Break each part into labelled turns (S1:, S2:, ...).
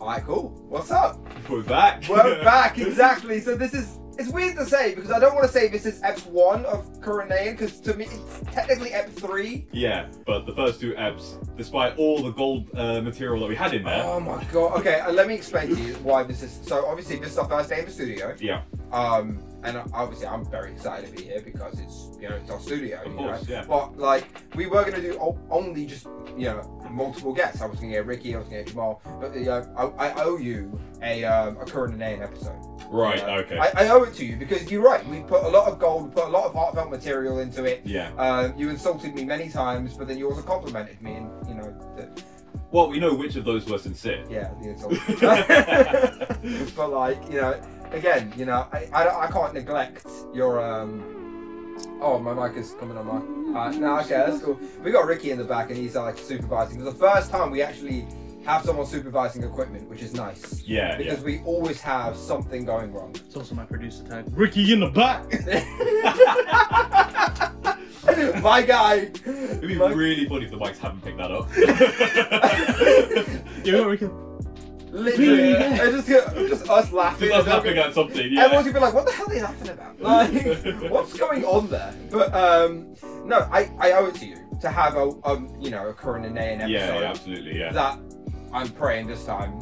S1: Alright, cool. What's up?
S2: We're back.
S1: We're back, exactly. So this is it's weird to say because I don't want to say this is ep one of Coronaean because to me it's technically ep three.
S2: yeah, but the first two eps, despite all the gold uh, material that we had in there,
S1: Oh my god. Okay, uh, let me explain to you why this is. So obviously this is our first day in the studio.
S2: yeah,
S1: Um, and obviously I'm very excited to be here because it's you know it's our studio.
S2: of
S1: you
S2: course,
S1: know?
S2: yeah.
S1: But like we were gonna do o- only just you know multiple guests. I was gonna get Ricky, I was gonna get Jamal, but you know, I, I owe you a um, a Coronaean episode.
S2: Right,
S1: you know?
S2: okay.
S1: I, I owe it to you because you're right. We put a lot of gold, put a lot of heartfelt material into it.
S2: yeah.
S1: Uh, you insulted me many times, but then you also complimented me, and you know, the,
S2: Well, we know which of those were sincere.
S1: yeah, the insult. but like you know again you know i, I, don't- I can't neglect your um oh my mic is coming on my uh, no okay that's cool we got ricky in the back and he's like supervising it's the first time we actually have someone supervising equipment which is nice
S2: yeah, yeah.
S1: because we always have something going wrong
S3: It's also my producer tag. Ricky in the back.
S1: my guy
S2: It'd be
S1: my-
S2: really funny if the mics haven't picked that up.
S3: You know, Ricky.
S1: literally
S3: Yeah.
S1: and just, just us laughing
S2: Just us laughing at something. Yeah.
S1: Everyone's gonna be like, "What the hell are they laughing about? Like, what's going on there?" But um, no, I, I owe it to you to have a um, you know, a Coronaean episode
S2: yeah, yeah, absolutely, yeah.
S1: that I'm praying this time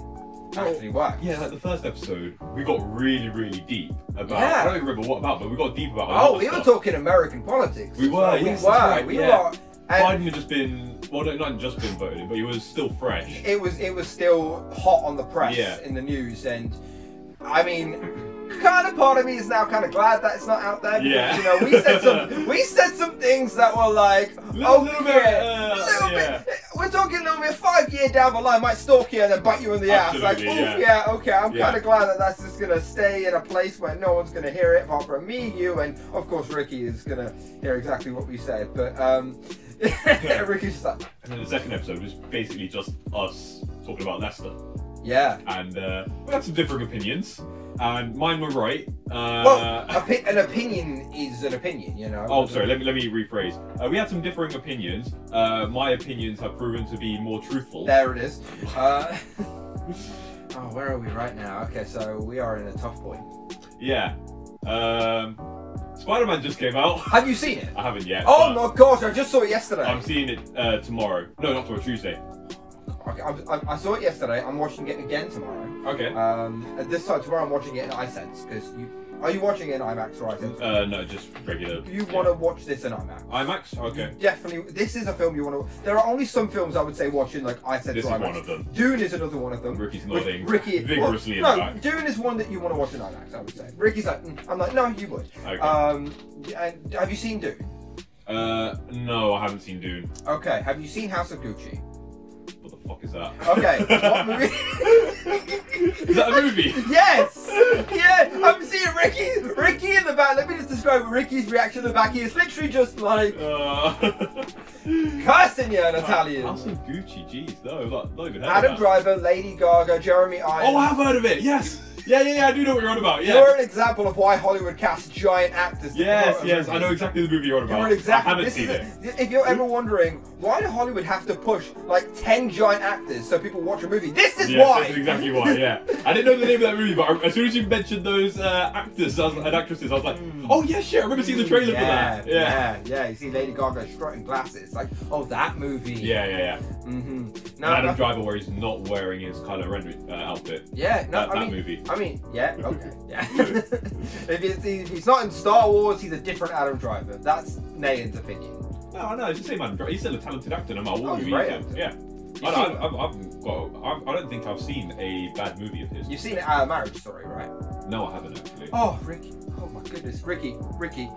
S1: actually works.
S2: Yeah, like the first episode, we got really, really deep about.
S1: Yeah.
S2: I don't even remember what about, but we got deep about. a lot
S1: Oh,
S2: of
S1: we were
S2: stuff.
S1: talking American politics.
S2: We
S1: as
S2: were,
S1: well.
S2: yes,
S1: we were,
S2: that's right,
S1: we
S2: yeah.
S1: were, and
S2: Biden had just been. Well, no, not just been voted in, but he was still fresh.
S1: it was it was still hot on the press
S2: Yeah.
S1: in the news, and I mean. Kind of part of me is now kind of glad that it's not out there because
S2: Yeah.
S1: you know we said some we said some things that were like
S2: Little-
S1: oh
S2: little
S1: yeah,
S2: bit, uh,
S1: little
S2: yeah.
S1: bit we're talking a little bit five year down the line might stalk you and then bite you in the ass like
S2: Absolutely,
S1: oof,
S2: yeah.
S1: yeah okay I'm
S2: Yeah.
S1: kind of glad that that's just gonna stay in a place where no one's gonna hear it apart from me you and of course Ricky is gonna hear exactly what we said but um Ricky's just like
S2: And then the second episode was basically just us talking about Leicester,
S1: yeah
S2: and uh, we had some differing opinions, and mine were right. Uh,
S1: Well, opi- an opinion is an opinion, you know.
S2: Oh, sorry. Let me let me rephrase. Uh, we had some differing opinions. Uh, my opinions have proven to be more truthful.
S1: There it is. Uh, oh, where are we right now? Okay, so we are in a tough point.
S2: Yeah. Um, Spider-Man just came out.
S1: Have you seen it?
S2: I haven't yet.
S1: Oh
S2: but
S1: my gosh, I just saw it yesterday.
S2: I'm seeing it uh, tomorrow. No, not tomorrow. Tuesday.
S1: Okay, I, I, I saw it yesterday. I'm watching it again tomorrow.
S2: Okay.
S1: Um, at this time tomorrow, I'm watching it in iSense because you are you watching it in IMAX or iSense?
S2: Uh, no, just regular.
S1: you want to watch this in IMAX?
S2: yeah. IMAX? Okay.
S1: You definitely. This is a film you want to. There are only some films I would say watching like iSense
S2: This is
S1: or IMAX.
S2: one of them.
S1: Dune is another one of them.
S2: Ricky's
S1: Rick-
S2: nodding
S1: Ricky,
S2: vigorously
S1: well,
S2: in
S1: no,
S2: the back.
S1: Dune is one that you want to watch in IMAX. I would say. Ricky's like, mm. I'm like, no, you would.
S2: Okay.
S1: Um, and have you seen Dune?
S2: Uh, no, I haven't seen Dune.
S1: Okay. Have you seen House of Gucci?
S2: What the fuck is that?
S1: Okay. what movie?
S2: is that a movie?
S1: Yes! Yeah, I'm seeing Ricky Ricky in the back. Let me just describe Ricky's reaction in the back. He is literally just like
S2: Uh,
S1: cursing you in Italian.
S2: House of Gucci. Jeez, no, not, not even heard
S1: Adam
S2: of that.
S1: Driver, Lady Gaga, Jeremy Irons.
S2: Oh, I have heard of it. Yes. Yeah, yeah, yeah. I do know what you're on about. Yeah.
S1: You're an example of why Hollywood casts giant actors. to
S2: yes,
S1: promote a
S2: yes.
S1: movie.
S2: I know exactly the movie you're on about.
S1: You're an exact-
S2: I haven't
S1: this
S2: seen it.
S1: is- If you're ever wondering why did Hollywood have to push like ten giant actors so people watch a movie, this is
S2: Yeah,
S1: why.
S2: that's exactly why. Yeah, I didn't know the name of that movie, but I- as soon as you mentioned those uh, actors I was- and actresses, I was like, oh yeah, shit, I remember seeing the trailer
S1: Hmm. yeah,
S2: for that. Yeah.
S1: yeah, yeah. You see Lady Gaga strutting glasses, like, oh, that movie.
S2: Yeah, yeah, yeah.
S1: hmm No,
S2: And Adam
S1: no,
S2: Driver, where he's not wearing his Kylo Ren uh, outfit.
S1: yeah, no.
S2: that,
S1: I
S2: that
S1: mean,
S2: movie.
S1: I mean, yeah, okay, yeah. if, it's, if he's not in Star Wars, he's a different Adam Driver. That's Nayan's opinion.
S2: No, no, it's the same Adam Driver. He's still a talented actor, no matter
S1: Oh,
S2: what
S1: he's
S2: movie
S1: great
S2: he's
S1: actor.
S2: in. Yeah. I,
S1: You've seen-
S2: I, I've, I've got, I've, I don't think I've seen a bad movie of his.
S1: You've seen it, uh, Marriage Story, right?
S2: No, I haven't actually.
S1: Oh, Ricky. Oh my goodness, Ricky, Ricky.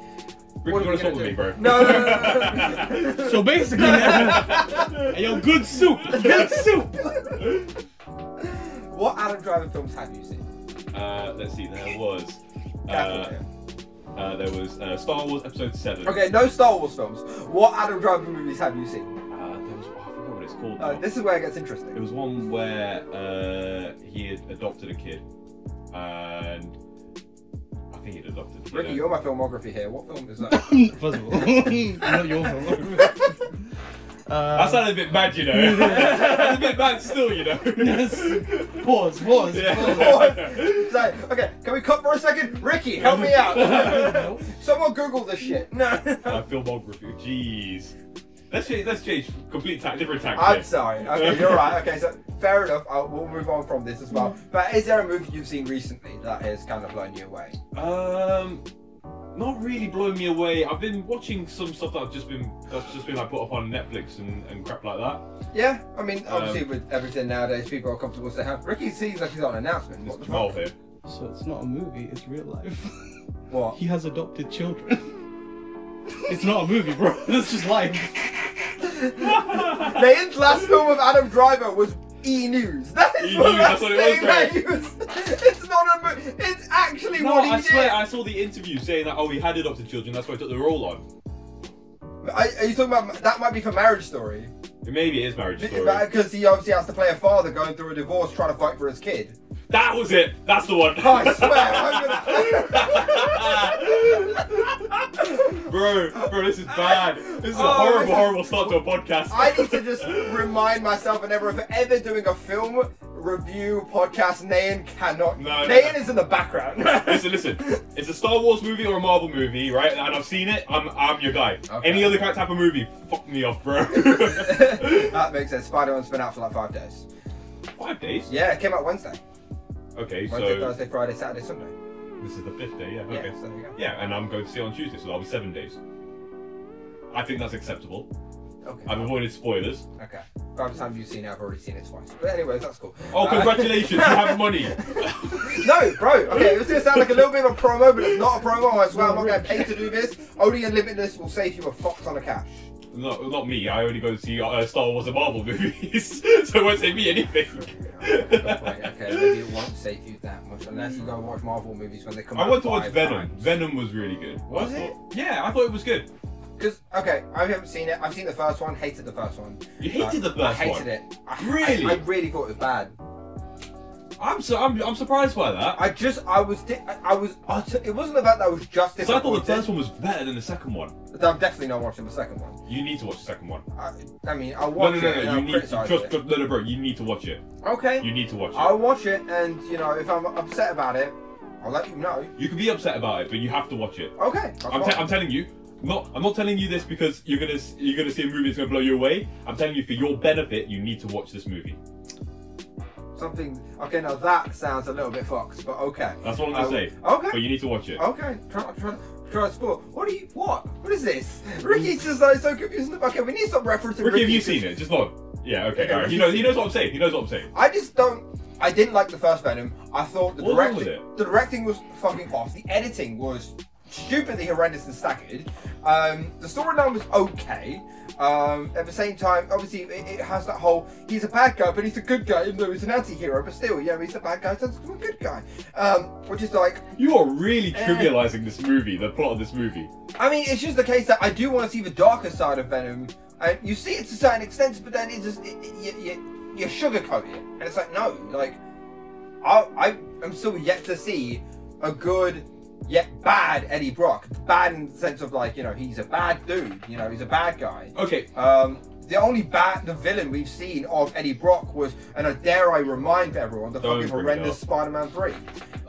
S2: Rick,
S1: what
S2: you
S1: are we
S2: want to talk with
S1: gonna
S2: me, bro?
S1: No, no, no, no, no.
S3: So basically, hey, yo, good soup, good soup.
S1: What Adam Driver films have you seen?
S2: uh, let's see. There was.
S1: That's
S2: Uh,
S1: okay.
S2: uh, there was uh, Star Wars Episode Seven.
S1: okay, no Star Wars films. What Adam Driver movies have you seen?
S2: Uh, there was, I forgot what it's called.
S1: Uh,
S2: now.
S1: this is where it gets
S2: It
S1: interesting.
S2: was one where uh, he had adopted a kid, and I think he'd adopted. a kid.
S1: Ricky, you're my filmography here. What film is that?
S3: First of all, not your fault.
S2: That
S3: Uh,
S2: sounded a bit bad, you know. That's a bit bad still, you know.
S3: pause, pause, pause.
S2: Yeah.
S1: It's like, okay, can we cut for a second? Ricky, help me out.
S3: Nope.
S1: Someone Google this shit. No.
S2: My filmography. Jeez. Let's change. Let's change. Complete tack. Different tack.
S1: I'm sorry. Okay, you're right. Okay, so fair enough. I'll, we'll move on from this as well. But is there a movie you've seen recently that has kind of blown you away?
S2: Um, not really blowing me away. I've been watching some stuff that I've just been that's just been like put up on Netflix and, and crap like that.
S1: Yeah, I mean, obviously
S2: Um,
S1: with everything nowadays, people are comfortable saying, Ricky seems like he's on an announcement.
S2: This
S1: What the
S2: Jamal
S1: fuck?
S2: here.
S3: So it's not a movie, it's real life.
S1: What?
S3: He has adopted children. It's not a movie, bro. That's just life.
S1: Leighton's last film with Adam Driver was E News. That is
S2: E!
S1: the
S2: News,
S1: last
S2: that's what it
S1: thing
S2: was,
S1: that he was. It's not a movie. It's actually
S2: No,
S1: what he
S2: I
S1: did.
S2: swear I saw the interview saying that oh he had adopted children. That's why he took the role on.
S1: Are, are you talking about that? Might be for Marriage Story
S2: Maybe it is marriage story.
S1: because he obviously has to play a father going through a divorce trying to fight for his kid.
S2: That was it. That's the one.
S1: I swear, I'm gonna.
S2: Bro, bro, this is bad. This is
S1: Oh,
S2: a horrible,
S1: this is-
S2: horrible start to a podcast.
S1: I need to just remind myself and everyone if ever doing a film review podcast, Nayan cannot.
S2: No, no,
S1: Nayan
S2: no.
S1: is in the background.
S2: Listen, listen. It's a Star Wars movie or a Marvel movie, right? And I've seen it. I'm, I'm your guy.
S1: Okay.
S2: Any other type of movie, fuck me off, bro.
S1: that makes sense. Spider Man's been out for like five days.
S2: Five days.
S1: Yeah, it came out Wednesday.
S2: Okay,
S1: Wednesday,
S2: so
S1: Thursday, Friday, Saturday, Sunday.
S2: this is the fifth day. Yeah.
S1: Yeah,
S2: Okay.
S1: so there you go.
S2: Yeah, and I'm going to see it on Tuesday, so that'll be seven days. I think that's acceptable.
S1: Okay.
S2: I've avoided spoilers.
S1: Okay. By the time you've seen it, I've already seen it twice. But anyways, that's cool.
S2: Oh,
S1: Uh,
S2: congratulations! you have money.
S1: No, bro. Okay, it was gonna sound like a little bit of a promo, but it's not a promo. I swear, I'm not gonna pay to do this. Only Unlimitedness will save you a fuck ton of cash.
S2: No, not me. I only go to see uh, Star Wars and Marvel movies, so it won't save me anything.
S1: okay, maybe it won't save you that much unless you go and watch Marvel movies when they come out.
S2: I went to watch
S1: five
S2: Venom.
S1: times.
S2: Venom was really good.
S1: Was
S2: I
S1: it?
S2: thought- Yeah, I thought it was good.
S1: Because okay, I haven't seen it. I've seen the first one. Hated the first one.
S2: You hated the
S1: Like, I
S2: first
S1: hated
S2: one.
S1: it. I,
S2: Really?
S1: I, I really thought it was bad.
S2: I'm so I'm, I'm surprised by that.
S1: I just, I was, di- I I was utter. It wasn't about that. I was just
S2: So I thought
S1: disappointed.
S2: the first one was better than the second one.
S1: I'm definitely not watching the second one.
S2: You need to watch the second one.
S1: I, I mean, I'll
S2: No,
S1: watch
S2: no, no,
S1: it. and
S2: no.
S1: I'll
S2: You need to,
S1: criticize
S2: just,
S1: it.
S2: just- no, no, bro. You need to watch it.
S1: Okay.
S2: You need to watch it.
S1: I'll watch it, and you know, if I'm upset about it, I'll let you know.
S2: You can be upset about it, but you have to watch it.
S1: Okay. that's
S2: I'm,
S1: fine.
S2: te- I'm telling you, not I'm not telling you this because you're gonna s- you're gonna see a movie that's gonna blow you away. I'm telling you for your benefit, you need to watch this movie.
S1: Something. Okay, now that sounds a little bit fucked, but okay.
S2: That's what I'm gonna
S1: I-
S2: say.
S1: Okay.
S2: But you need to watch it.
S1: Okay. Try, try, try sport. What are you? What? What is this? Ricky's just like so confused. Okay, we need to stop referencing.
S2: Ricky, have you
S1: 'cause
S2: seen it? Just not. Yeah. Okay.
S1: Okay,
S2: all right. He
S1: Ricky's
S2: knows.
S1: seen
S2: He knows what I'm saying. He knows what I'm saying.
S1: I just don't. I didn't like the first Venom. I thought the
S2: What wrong
S1: directing,
S2: with
S1: the directing was fucking off. The editing was stupidly horrendous and staggered. Um, the storyline was okay. Um, at the same time, obviously, it, it has that whole he's a bad guy, but he's a good guy, even though he's an anti-hero. But still, yeah, he's a bad guy, so he's a good guy. Um, which is like,
S2: You are really
S1: Eh.
S2: trivializing this movie, the plot of this movie.
S1: I mean, it's just the case that I do want to see the darker side of Venom, and you see it to certain extents, but then it just it, it, you, you, you sugarcoat it, and it's like no, like I I am still yet to see a good yet bad Eddie Brock. Bad in the sense of like you know he's a bad dude, you know he's a bad guy.
S2: Okay.
S1: Um, the only bad the villain we've seen of Eddie Brock was, and I dare I remind everyone, the
S2: Don't
S1: fucking
S2: bring it
S1: horrendous
S2: up.
S1: Spider-Man three.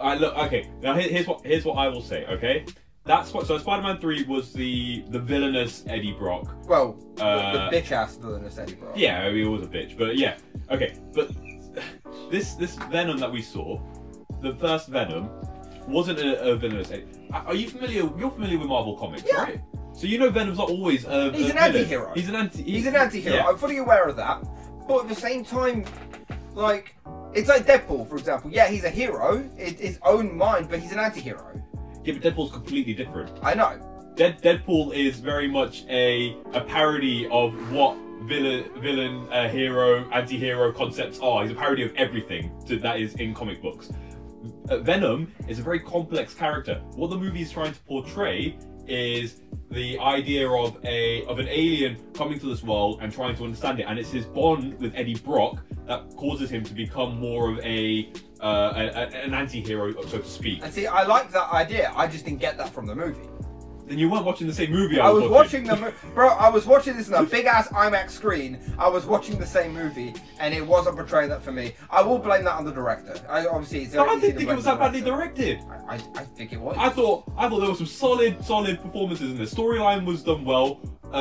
S2: I look. Okay. Now here, here's what here's what I will say. Okay. That's what. So Spider-Man Three was the the villainous Eddie Brock.
S1: Well,
S2: Uh,
S1: the bitch ass villainous Eddie Brock.
S2: Yeah, I mean, he was a bitch, but yeah. Okay, but this this Venom that we saw, the first Venom, wasn't a, a villainous. a- Are you familiar? You're familiar with Marvel comics,
S1: Yeah.
S2: right? So you know Venom's not always a.
S1: He's an
S2: a villain.
S1: anti-hero.
S2: He's an anti.
S1: He's an anti-hero.
S2: Yeah.
S1: I'm fully aware of that. But at the same time, like it's like Deadpool, for example. Yeah, he's a hero in his own mind, but he's an anti-hero.
S2: Yeah, but Deadpool's completely different.
S1: I know.
S2: Dead, Deadpool is very much a a parody of what villain villain uh, hero anti-hero concepts are. He's a parody of everything to, that is in comic books. Uh, Venom is a very complex character. What the movie is trying to portray is the idea of a of an alien coming to this world and trying to understand it, and it's his bond with Eddie Brock that causes him to become more of a uh, a- a- an anti-hero, so to speak.
S1: And see, I like that idea. I just didn't get that from the movie.
S2: Then you weren't watching the same movie I
S1: I
S2: was,
S1: was watching the mo- bro. I was watching this on a big ass IMAX screen. I was watching the same movie, and it wasn't portraying that for me. I will blame that on the director. I obviously. It's
S2: No,
S1: very
S2: I
S1: easy to
S2: didn't think it
S1: blame
S2: was
S1: the
S2: that badly
S1: director.
S2: directed.
S1: I, I, I think it was.
S2: I thought I thought there were some solid, solid performances in this. Storyline was done well. Uh,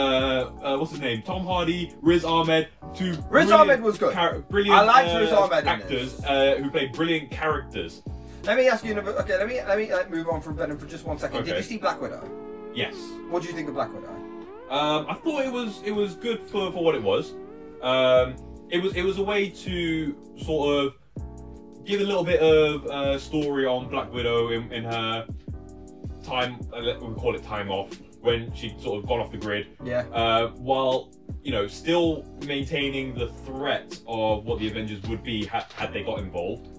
S2: uh, what's his name? Tom Hardy, Riz Ahmed, two brilliant
S1: Ahmed was good.
S2: char- brilliant.
S1: I liked
S2: uh,
S1: Riz Ahmed in
S2: actors
S1: this.
S2: uh, who played brilliant characters.
S1: Let me ask you another. Okay, let me let me like, move on from Venom for just one second. Did
S2: Okay.
S1: you see Black Widow?
S2: Yes,
S1: What do you think of Black Widow?
S2: um, I thought it was it was good for, for what it was. Um, it was it was a way to sort of give a little bit of uh, story on Black Widow in, in her time. Uh, we call it time off when she sort of got off the grid.
S1: Yeah.
S2: uh, while you know still maintaining the threat of what the Avengers would be had, had they got involved,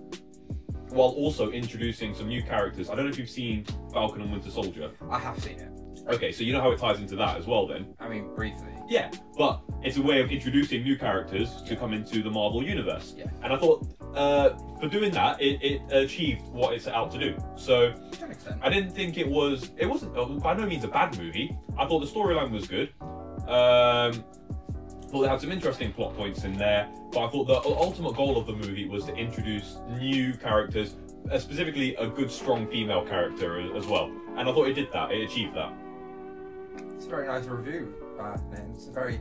S2: while also introducing some new characters. I don't know if you've seen Falcon and Winter Soldier.
S1: I have seen it.
S2: Okay, so you know how it ties into that as well, then.
S1: I mean, briefly.
S2: Yeah, but it's a way of introducing new characters to come into the Marvel universe.
S1: Yeah.
S2: And I thought uh, for doing that, it, it achieved what it's set out to do. So
S1: To an extent.
S2: I didn't think it was. It wasn't uh, by no means a bad movie. I thought the storyline was good. Um, thought it had some interesting plot points in there. But I thought the u- ultimate goal of the movie was to introduce new characters, uh, specifically a good, strong female character a- as well. And I thought it did that. It achieved that.
S1: It's a very nice review, uh, and it's a very,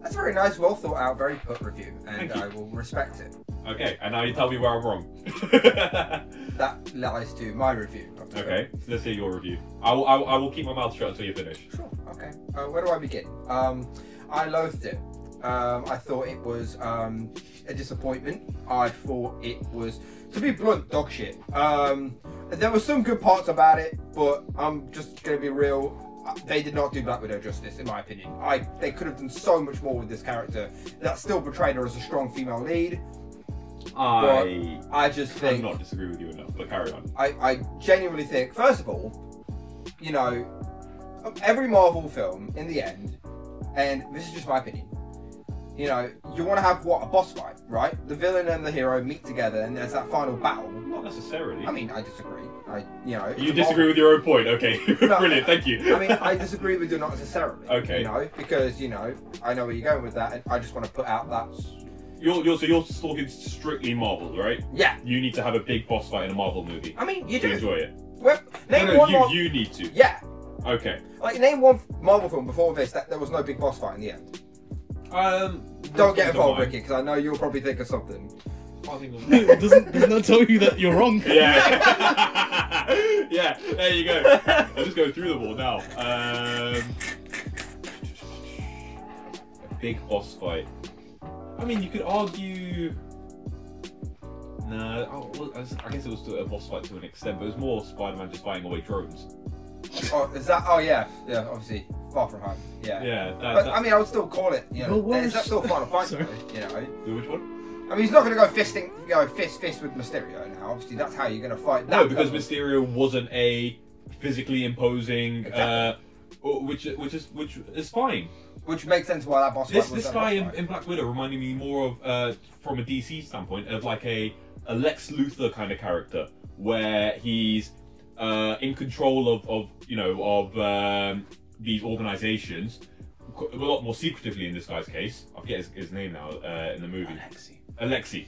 S1: that's a very nice, well thought out, very put review, and
S2: Thank you.
S1: I will respect it.
S2: Okay, and now you tell me where I'm wrong.
S1: That lies to my review. Of the
S2: okay, let's hear your review. I will, I will, I will keep my mouth shut until you finish.
S1: Sure. Okay. Uh, where do I begin? Um, I loathed it. Um, I thought it was um, a disappointment. I thought it was, to be blunt, dog shit. Um, there were some good parts about it, but I'm just going to be real. uh, They did not do Black Widow justice, in my opinion. I they could have done so much more with this character. That still portrayed her as a strong female lead.
S2: I
S1: I just think
S2: cannot disagree with you enough, but carry on.
S1: I, I genuinely think, first of all, you know, of every Marvel film in the end, and this is just my opinion, you know, you want to have what a boss fight, right? The villain and the hero meet together, and there's that final battle.
S2: Not necessarily.
S1: I mean, I disagree. I, you know, it's
S2: You
S1: a
S2: disagree with your own point, okay? Brilliant, thank you.
S1: I mean, I disagree with you not necessarily.
S2: Okay.
S1: You know, because you know, I know where you're going with that, and I just want to put out that.
S2: you're, you're so you're talking strictly Marvel, right?
S1: Yeah.
S2: You need to have a big boss fight in a Marvel movie
S1: I mean, you
S2: to
S1: do.
S2: enjoy it.
S1: Well,
S2: No,
S1: name
S2: no,
S1: one
S2: you,
S1: Mar-
S2: you need to.
S1: Yeah.
S2: Okay.
S1: Like, name one Marvel film before this that there was no big boss fight in the end.
S2: Um.
S1: Don't get involved,
S2: mind.
S1: Ricky, because I know you'll probably think of something.
S2: Can't think of-
S3: It doesn't, does not tell you that you're wrong.
S2: Yeah. yeah. There you go. I'll just go through the wall now. Um. A big boss fight. I mean, you could argue. No, oh, well, I s- I guess it was still a boss fight to an extent, but it was more Spider-Man just fighting away drones.
S1: Oh, is that? Oh yeah, yeah. Obviously, far from home. Yeah.
S2: Yeah, that,
S1: But uh,
S2: that-
S1: I mean, I would still call it. You know,
S3: But what
S1: is that
S3: was-
S1: still final fight?
S3: Sorry.
S1: though, you know,
S2: which one?
S1: I mean, he's not going to go fisting, you know, fist fist with Mysterio now. Obviously, that's how you're going to fight.
S2: No,
S1: that
S2: because
S1: level.
S2: Mysterio wasn't a physically imposing, uh, which which is which is fine.
S1: which makes sense why that boss
S2: This
S1: fight was
S2: this
S1: that boss
S2: guy in,
S1: fight.
S2: in Black Widow reminded me more of uh, from a DC standpoint of like a, a Lex Luthor kind of character where he's uh, in control of, of you know of um, these organizations qu- a lot more secretively in this guy's case. I forget his, his name now uh, in the movie.
S3: Alexi.
S2: Alexi.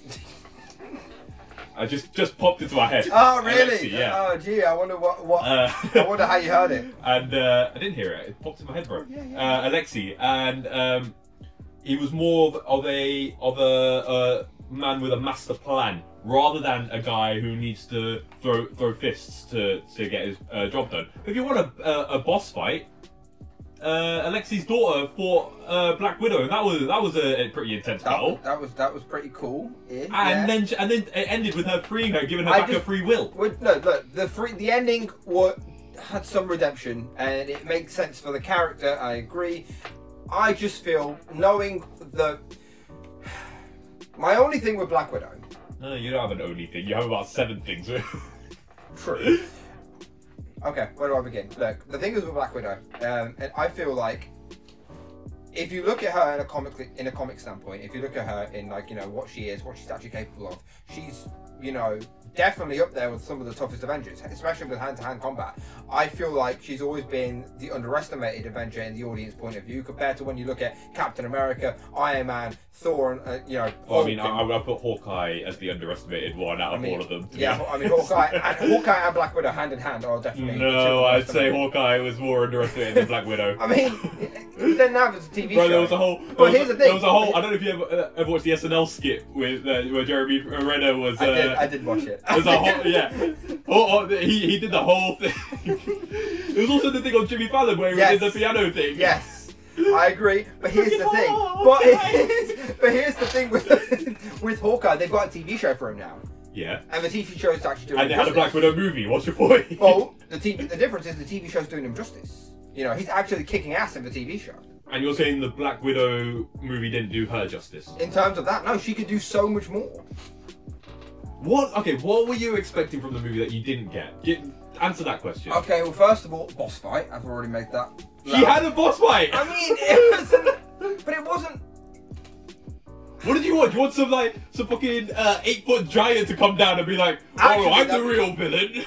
S2: I just just popped into my head.
S1: Oh really?
S2: Alexi, yeah.
S1: Oh gee, I wonder what what. I
S2: Uh,
S1: wonder how you heard it.
S2: and uh, I didn't hear it. It popped in my head, bro.
S1: Oh, Yeah, yeah.
S2: Uh, Alexi, and um, he was more of, of a of a uh, man with a master plan rather than a guy who needs to throw throw fists to to get his uh, job done. If you want a a, a boss fight. Uh, Alexi's daughter fought uh, Black Widow, and that was that was a, a pretty intense battle.
S1: That, that was that was pretty cool. Yeah, yeah.
S2: And then she- and then it ended with her freeing her, giving her
S1: I
S2: back
S1: just-
S2: her free will.
S1: Well, no, look, the free, the ending wa had some redemption, and it makes sense for the character. I agree. I just feel knowing the. My only thing with Black Widow,
S2: No, you don't have an only thing. You have about seven things.
S1: true. Okay, where do I begin? Look, the thing is with Black Widow, um, and I feel like if you look at her in a comic in a comic standpoint, if you look at her in like you know what she is, what she's actually capable of, she's you know definitely up there with some of the toughest Avengers, especially with hand to hand combat. I feel like she's always been the underestimated Avenger in the audience point of view compared to when you look at Captain America, Iron Man, Thor, and uh, you know.
S2: Well, I mean, I,
S1: Hulk and-
S2: I would put Hawkeye as the underestimated one out of
S1: I mean,
S2: all of them. to be
S1: yeah, I mean Hawkeye and Hawkeye and Black Widow hand in hand are definitely. the two
S2: No, I'd say
S1: underestimated.
S2: Hawkeye was more underestimated than Black Widow.
S1: I mean, you didn't have it as a TV
S2: Bro,
S1: show.
S2: there was a whole.
S1: But
S2: there was,
S1: here's the
S2: There
S1: thing.
S2: was a whole. I don't know if you ever, uh, ever watched the SNL skit with uh, where Jeremy Renner was. Uh,
S1: I did, I did watch it.
S2: there's a whole, yeah. Oh, oh, he, he did the whole thing. it was also the thing on Jimmy Fallon where he
S1: Yes.
S2: did the piano thing.
S1: Yes, I agree. But here's the thing.
S2: Oh,
S1: But,
S2: okay.
S1: but here's the thing with with Hawkeye, they've got a TV show for him now,
S2: Yeah.
S1: and the TV show's actually doing.
S2: And they
S1: him
S2: had a Black
S1: justice.
S2: Widow movie. What's your point?
S1: Well, the TV, the difference is the TV show's doing him justice. You know, he's actually kicking ass in the TV show.
S2: and you're saying the Black Widow movie didn't do her justice?
S1: In terms of that, no, she could do so much more.
S2: What? Okay. What were you expecting from the movie that you didn't get? Get- answer that question.
S1: Okay, well, first of all, boss fight. I've already made that.
S2: She had a boss fight.
S1: I mean, it wasn't. But it wasn't.
S2: What did you want? You want some like some fucking uh, eight foot giant to come down and be like, "Oh,
S1: Actually,
S2: I'm the
S1: that-
S2: real villain."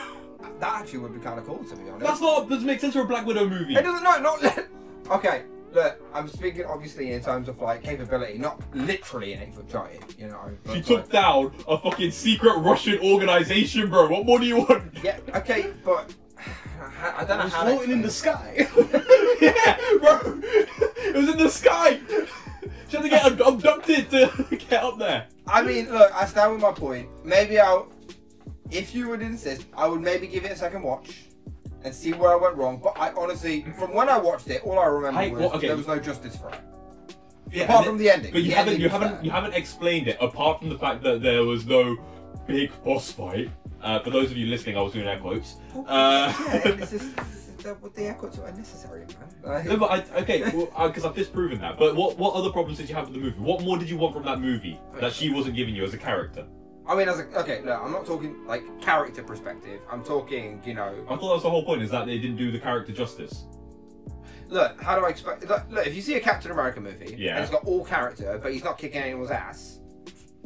S1: That actually would be kind of cool, to be honest.
S2: That's not doesn't make sense for a Black Widow movie.
S1: It doesn't. No, not. okay, look. I'm speaking obviously in terms of like capability, not literally an eight foot giant. You know. but,
S2: She
S1: like-
S2: took down a fucking secret Russian organization, bro. What more do you want?
S1: Yeah. Okay, but I don't know
S3: was
S1: how. to
S3: floating in the
S1: explain
S3: sky.
S2: yeah, bro. It was in the sky. She had to get ab- abducted to get up there.
S1: it. I mean, look. I stand with my point. Maybe I'll. If you would insist, I would maybe give it a second watch. And see where I went wrong, but I honestly, from when I watched it, all I remember
S2: I-
S1: was
S2: well, okay.
S1: there was no justice for it.
S2: Yeah,
S1: Apart
S2: and
S1: from
S2: it-
S1: the ending,
S2: But you
S1: the
S2: haven't,
S1: ending
S2: you
S1: was
S2: haven't,
S1: bad.
S2: you haven't explained it. Apart from the fact that there was no big boss fight. Uh, for those of you listening, I was doing air quotes. Uh,
S1: Oh, yeah, this is, this is the, the air quotes are unnecessary, man. Like-
S2: No, but I, okay, because I've disproven that. But what what other problems did you have with the movie? What more did you want from that movie that she wasn't giving you as a character?
S1: I mean, as a, okay, no, I'm not talking like character perspective. I'm talking, you know,
S2: I thought that was the whole point, is that they didn't do the character justice.
S1: look, how do I expect? Look, look if you see a Captain America movie,
S2: Yeah.
S1: and it's got all character, but he's not kicking anyone's ass.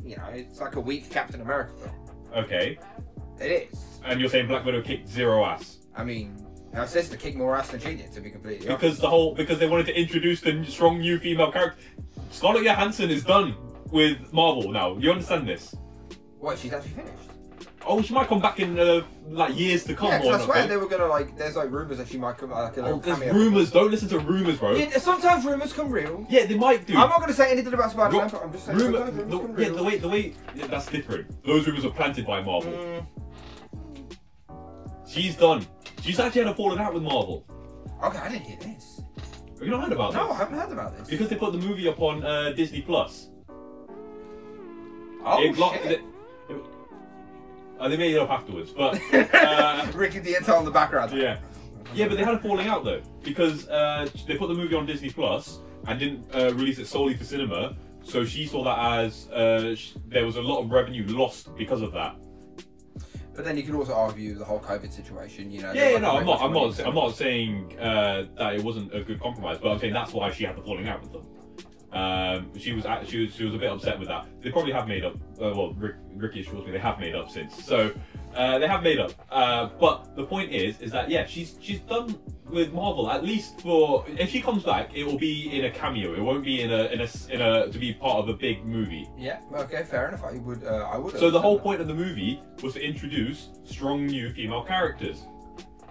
S1: You know, it's like a weak Captain America film.
S2: Okay,
S1: It is.
S2: and you're saying Black Widow kicked zero ass
S1: I mean, her sister kicked more ass than she did, to be completely honest.
S2: because the whole because they wanted to introduce the strong new female character. Scarlett Johansson is done with Marvel now. You understand this?
S1: What? She's actually finished.
S2: Oh, she might come back in uh, like years to come.
S1: yeah,
S2: or
S1: because I swear
S2: nothing.
S1: they were gonna like. There's like rumors that she might come like a
S2: Oh,
S1: little
S2: there's
S1: cameo.
S2: rumors. Don't listen to rumors, bro. Yeah,
S1: Yeah, sometimes rumors come real.
S2: they might do.
S1: I'm not gonna say anything about Spider-Man,
S2: Ru-
S1: but I'm just saying.
S2: Rumor,
S1: sometimes
S2: the,
S1: rumors come
S2: yeah,
S1: real.
S2: the way, the way, yeah, that's different. Those rumors were planted by Marvel.
S1: Mm,
S2: She's done. She's actually had a falling out with Marvel.
S1: okay, I didn't hear this.
S2: Have you not heard about
S1: No, I
S2: that?
S1: haven't heard about this.
S2: Because they put the movie up on uh, Disney Plus.
S1: oh,
S2: It blocked-
S1: shit.
S2: They, uh, they made it up afterwards, but uh,
S1: Ricky D'Antel in the background.
S2: yeah, yeah. But they had a falling out though because uh, they put the movie on Disney Plus and didn't uh, release it solely for cinema. So she saw that as uh, sh- there was a lot of revenue lost because of that.
S1: But then you can also argue the whole COVID situation. You know.
S2: Yeah,
S1: they're
S2: yeah,
S1: like
S2: no, I'm not, I'm not,
S1: very
S2: I'm not saying uh, that it wasn't a good compromise, but I'm saying that's why she had the falling out with them. Um, she was, act- she was, she was a bit upset with that. They probably have made up. Uh, well, Rick, Ricky assures me they have made up since. So uh, they have made up. Uh, but the point is, is that yeah, she's she's done with Marvel at least for if she comes back, it will be in a cameo. It won't be in a in a s- in a to be part of a big movie.
S1: Yeah. Okay. Fair enough. I would. Uh, I would.
S2: So the whole
S1: understand
S2: point of the movie was to introduce strong new female characters.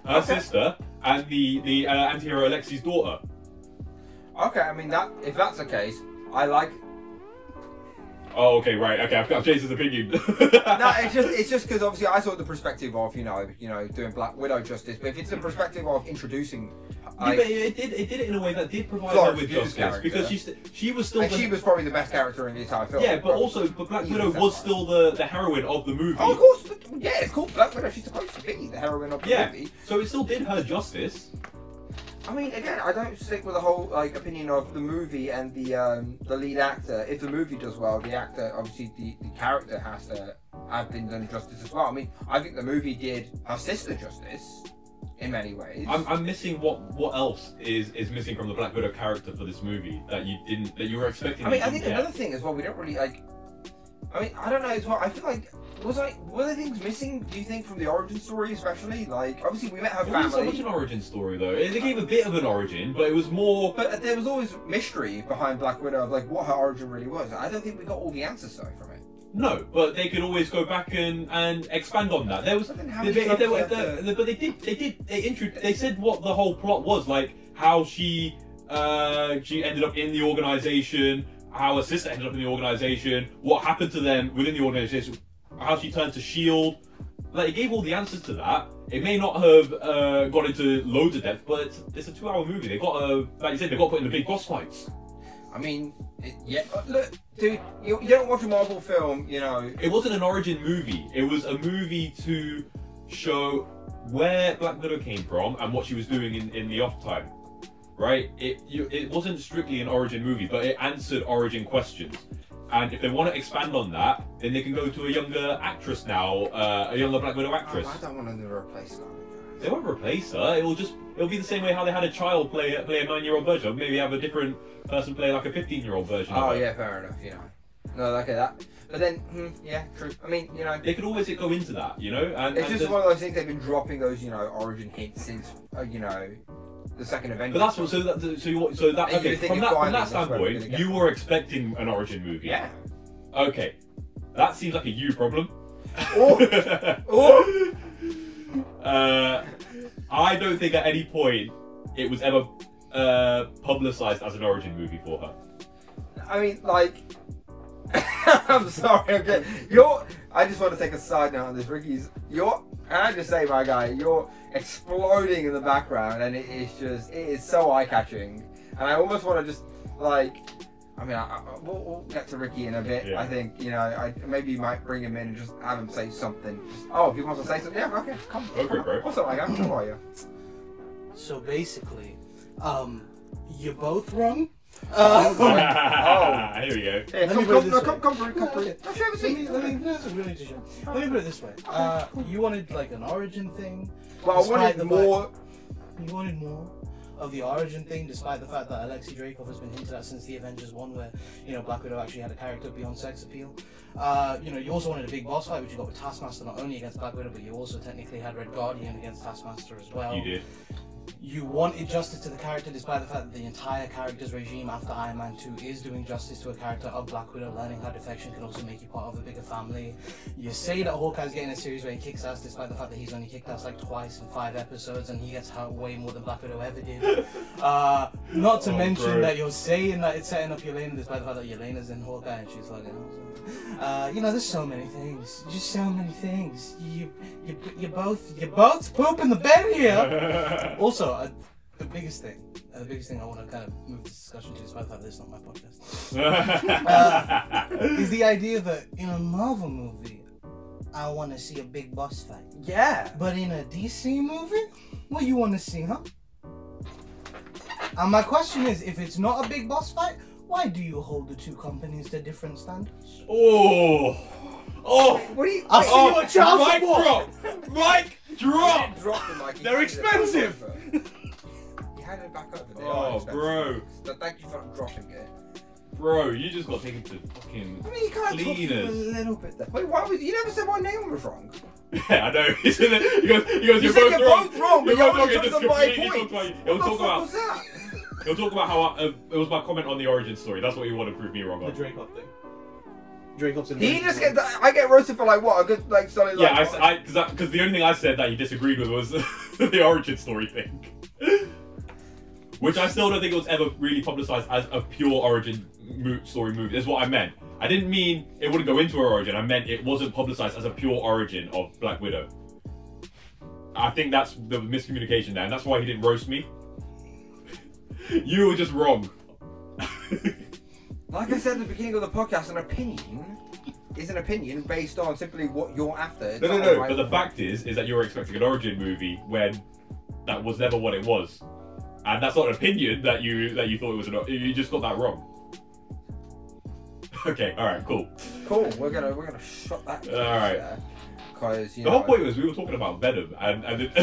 S2: Her
S1: Okay.
S2: sister and the the uh, anti-hero Alexi's daughter.
S1: that. Okay. I mean that. If that's the case, I like.
S2: Oh, okay, right, okay. I've got Jason's opinion.
S1: No, it's just it's just because obviously I saw the perspective of you know you know doing Black Widow justice, but if it's the perspective of introducing,
S2: Yeah,
S1: like,
S2: but it did, it did it in a way that did provide her
S1: Florence
S2: with
S1: Pugh's
S2: justice
S1: character.
S2: because she st- she was still
S1: and
S2: the,
S1: she was probably the best character in the entire film.
S2: yeah, but also but Black
S1: Yeah,
S2: Widow
S1: that's
S2: was
S1: right.
S2: still the, the heroine of the movie.
S1: Oh, of course. but- Yeah, it's called Black Widow. She's supposed to be the heroine of the
S2: Yeah.
S1: movie.
S2: So it still did her justice.
S1: I mean, again, I don't stick with the whole like opinion of the movie and the um, the lead actor. If the movie does well, the actor obviously the, the character has to have been done justice as well. I mean, I think the movie did her sister justice in many ways.
S2: I'm, I'm missing what what else is is missing from the Black Widow character for this movie that you didn't that you were expecting.
S1: I mean,
S2: and
S1: I
S2: you
S1: think
S2: didn't get.
S1: another thing as well, we don't really like. I mean, I don't know as well. I feel like was like were there things missing? Do you think from the origin story, especially like obviously we met her
S2: It wasn't so much
S1: family,
S2: an origin story though. It- They gave a bit of an origin, but it was more.
S1: but there was always mystery behind Black Widow of like what her origin really was. I don't think we got all the answers though from it.
S2: No, but they could always go back and, and expand on that. There was
S1: But then how
S2: They-
S1: many
S2: they- they were-
S1: times do you have
S2: the- the- but they did they did they intro they said what the whole plot was like how she uh she ended up in the organization how her sister ended up in the organization what happened to them within the organization how she turned to shield E like it gave all the answers to that it may not have uh gone into loads of depth but it's, it's a two hour movie they got uh like you said they got put in the big boss fights
S1: I mean, it, yeah. uh, Look, dude, you, you don't watch a Marvel film, you know.
S2: it wasn't an origin movie. It was a movie to show where Black Widow came from and what she was doing in, in the off time. Right? It you, it wasn't strictly an origin movie, but it answered origin questions. And if they want to expand on that, then they can go to a younger actress now, uh, a younger Black Widow actress.
S1: I don't want to replace Scarlett.
S2: They won't replace her. It will just it'll be the same way how they had a child play play a nine year old version. Or maybe have a different person play like a fifteen year old version.
S1: Oh
S2: of it.
S1: yeah, fair enough. You know. No, okay, that. But then, hmm, yeah, true. I mean, you know,
S2: They could always go into that, you know.
S1: it's
S2: And, and
S1: just
S2: there's-
S1: one of those things they've been dropping those, you know, origin hints since, uh, you know, the second Avengers.
S2: But that's what. So that. So you. So that.
S1: And you
S2: Okay.
S1: think
S2: From
S1: if
S2: that, from
S1: Guardians
S2: that
S1: is where we're
S2: standpoint,
S1: gonna get
S2: you
S1: it.
S2: were expecting an origin movie.
S1: yeah.
S2: Okay. That seems like a you problem.
S1: Oh, oh.
S2: uh, I don't think at any point it was ever uh, publicized as an origin movie for her.
S1: I mean, like. I'm sorry. Okay, you're. I just want to take a side note on this, Ricky's. You're. Can I just say, my guy, you're exploding in the background, and it is just. It is so eye-catching, and I almost want to just like. I mean, I, I, we'll, we'll get to Ricky in a bit.
S2: Yeah.
S1: I think you know. I maybe you might bring him in and just have him say something. Just, oh, if he wants to say something, yeah, okay, come.
S2: Go for it, bro.
S1: What's up, my guy? How are you?
S4: So basically, um, you're both wrong. Uh,
S1: Oh.
S2: Here we go.
S1: Hey,
S4: Let
S1: come,
S4: me put
S1: come,
S4: it this
S1: no,
S4: way.
S1: come, come, through, come, through.
S4: Okay.
S1: Actually, have a
S4: let me,
S1: seat.
S4: let me, no, it's really interesting. Let me put it this way. Uh, you wanted like an origin thing.
S1: Well, I
S4: Despite
S1: wanted
S4: the
S1: more.
S4: You wanted more of the origin thing, despite the fact that Alexei Dreykov has been hinted at since the Avengers one, where you know Black Widow actually had a character beyond sex appeal. Uh, you know, you also wanted a big boss fight, which you got with Taskmaster not only against Black Widow, but you also technically had Red Guardian against Taskmaster as well.
S2: You
S1: Oh.
S2: did.
S4: You wanted justice to the character, despite the fact that the entire character's regime after Iron Man 2 is doing justice to a character of Black Widow. Learning her defection can also make you part of a bigger family. You say that Hawkeye's getting a series where he kicks ass, despite the fact that he's only kicked ass like twice in five episodes, and he gets hurt way more than Black Widow ever did. Uh, not to
S2: Oh,
S4: mention
S2: bro.
S4: that you're saying that it's setting up Yelena, despite the fact that Yelena's in Hawkeye and she's like, "Oh, uh, you know, there's so many things. Just so many things. You, you, you both, you both poop in the bed here. Also, uh, the biggest thing, uh, the biggest thing I want to kind of move this discussion to, despite the fact that it's not my podcast, is the idea that in a Marvel movie, I want to see a big boss fight.
S1: Yeah.
S4: But in a DC movie, what you want to see, huh? And my question is, if it's not a big boss fight, why do you hold the two companies to different standards?
S2: oh. Oh.
S1: What do you?
S4: I'll
S1: wait,
S4: see you
S2: Oh.
S4: at child
S2: mic
S4: support.
S2: drop. Mic drop.
S1: didn't drop the mic, you
S3: They're
S1: handed it back
S3: expensive.
S1: over. You handed it back over. They are
S2: Oh,
S1: expensive.
S2: bro.
S1: So thank you for not dropping it.
S2: Bro, you just got taken to fucking.
S1: I mean, you can't talk to them a
S2: Cleaners.
S1: little bit. There. Wait, why was you never said my name was wrong?
S2: Yeah, I know. He goes, he goes, he goes
S1: You
S2: you're,
S1: said
S2: both
S1: you're
S2: wrong.
S1: both wrong, but
S2: You're
S1: you only
S2: both wrong. It
S1: took
S2: just
S1: them by a
S2: completely
S1: point.
S2: talked about-
S1: What
S2: He'll
S1: the
S2: talk
S1: fuck
S2: about.
S1: was that?
S2: He'll talk about how I, uh, it was my comment on the origin story. That's what you want to prove me wrong
S3: The
S2: on.
S3: Dreykov thing. Dreykov's in
S1: He just get. I get roasted for like what a good like solid.
S2: Yeah,
S1: like,
S2: I because the only thing I said that he disagreed with was the origin story thing, which I still don't think it was ever really publicized as a pure origin mo- story movie. Is what I meant. I didn't mean it wouldn't go into her origin. I meant it wasn't publicized as a pure origin of Black Widow. I think that's the miscommunication there, and that's why he didn't roast me. you were just wrong.
S1: like I said at the beginning of the podcast, an opinion is an opinion based on simply what you're after. It's
S2: No, no,
S1: not
S2: no.
S1: right
S2: But the
S1: or
S2: fact is, is that you're expecting an origin movie when that was never what it was, and that's not an opinion that you that you thought it was. An, you just got that wrong. Okay. All right. Cool.
S1: Cool. We're gonna we're gonna shut that.
S2: All right.
S1: Uh, because you
S2: The
S1: know,
S2: whole point was we were talking about Venom, and and it,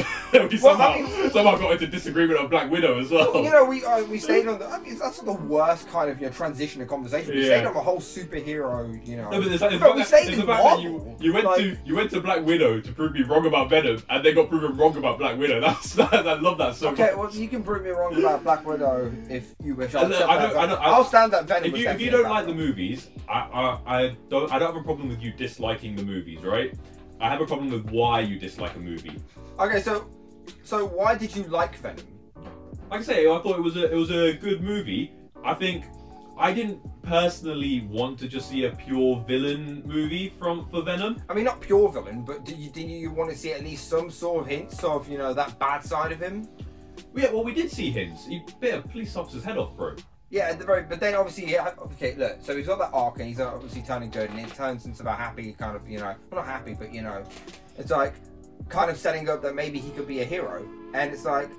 S1: Well,
S2: we somehow
S1: I
S2: somehow got into disagreement on Black Widow as
S1: Well, you
S2: well.
S1: know, we uh, we stayed on. The, I mean, that's the worst kind of you know, transition of conversation. We
S2: Yeah.
S1: stayed on the whole superhero, you know.
S2: No, but there's, there's,
S1: Bro, we
S2: that,
S1: stayed
S2: there's
S1: in
S2: the fact that you,
S1: Marvel.
S2: you went
S1: Like-
S2: to you went to Black Widow to prove me wrong about Venom, and they got proven wrong about Black Widow. That's that, I love that so
S1: Okay,
S2: much.
S1: well, you can prove me wrong about Black Widow if you wish.
S2: I know-
S1: accept
S2: I know-
S1: that, but
S2: I know- I-
S1: I'll stand that Venom.
S2: if
S1: was
S2: you if you
S1: definitely a
S2: don't
S1: bad
S2: like the
S1: guy.
S2: movies, I, I I don't I don't have a problem with you disliking the movies, right? I have a problem with why you dislike a movie.
S1: Okay, so so why did you like Venom?
S2: like I say, I thought it was a it was a good movie. I think I didn't personally want to just see a pure villain movie from for Venom.
S1: I mean, not pure villain, but do you do you want to see at least some sort of hints of you know that bad side of him?
S2: Yeah, well, we did see hints. He bit a police officer's head off, bro.
S1: Yeah, at the very. But then obviously, yeah, okay, look. So he's got that arc, and he's obviously turning good, and it turns into a happy kind of, you know, well, not happy, but you know, it's like kind of setting up that maybe he could be a hero, and it's like,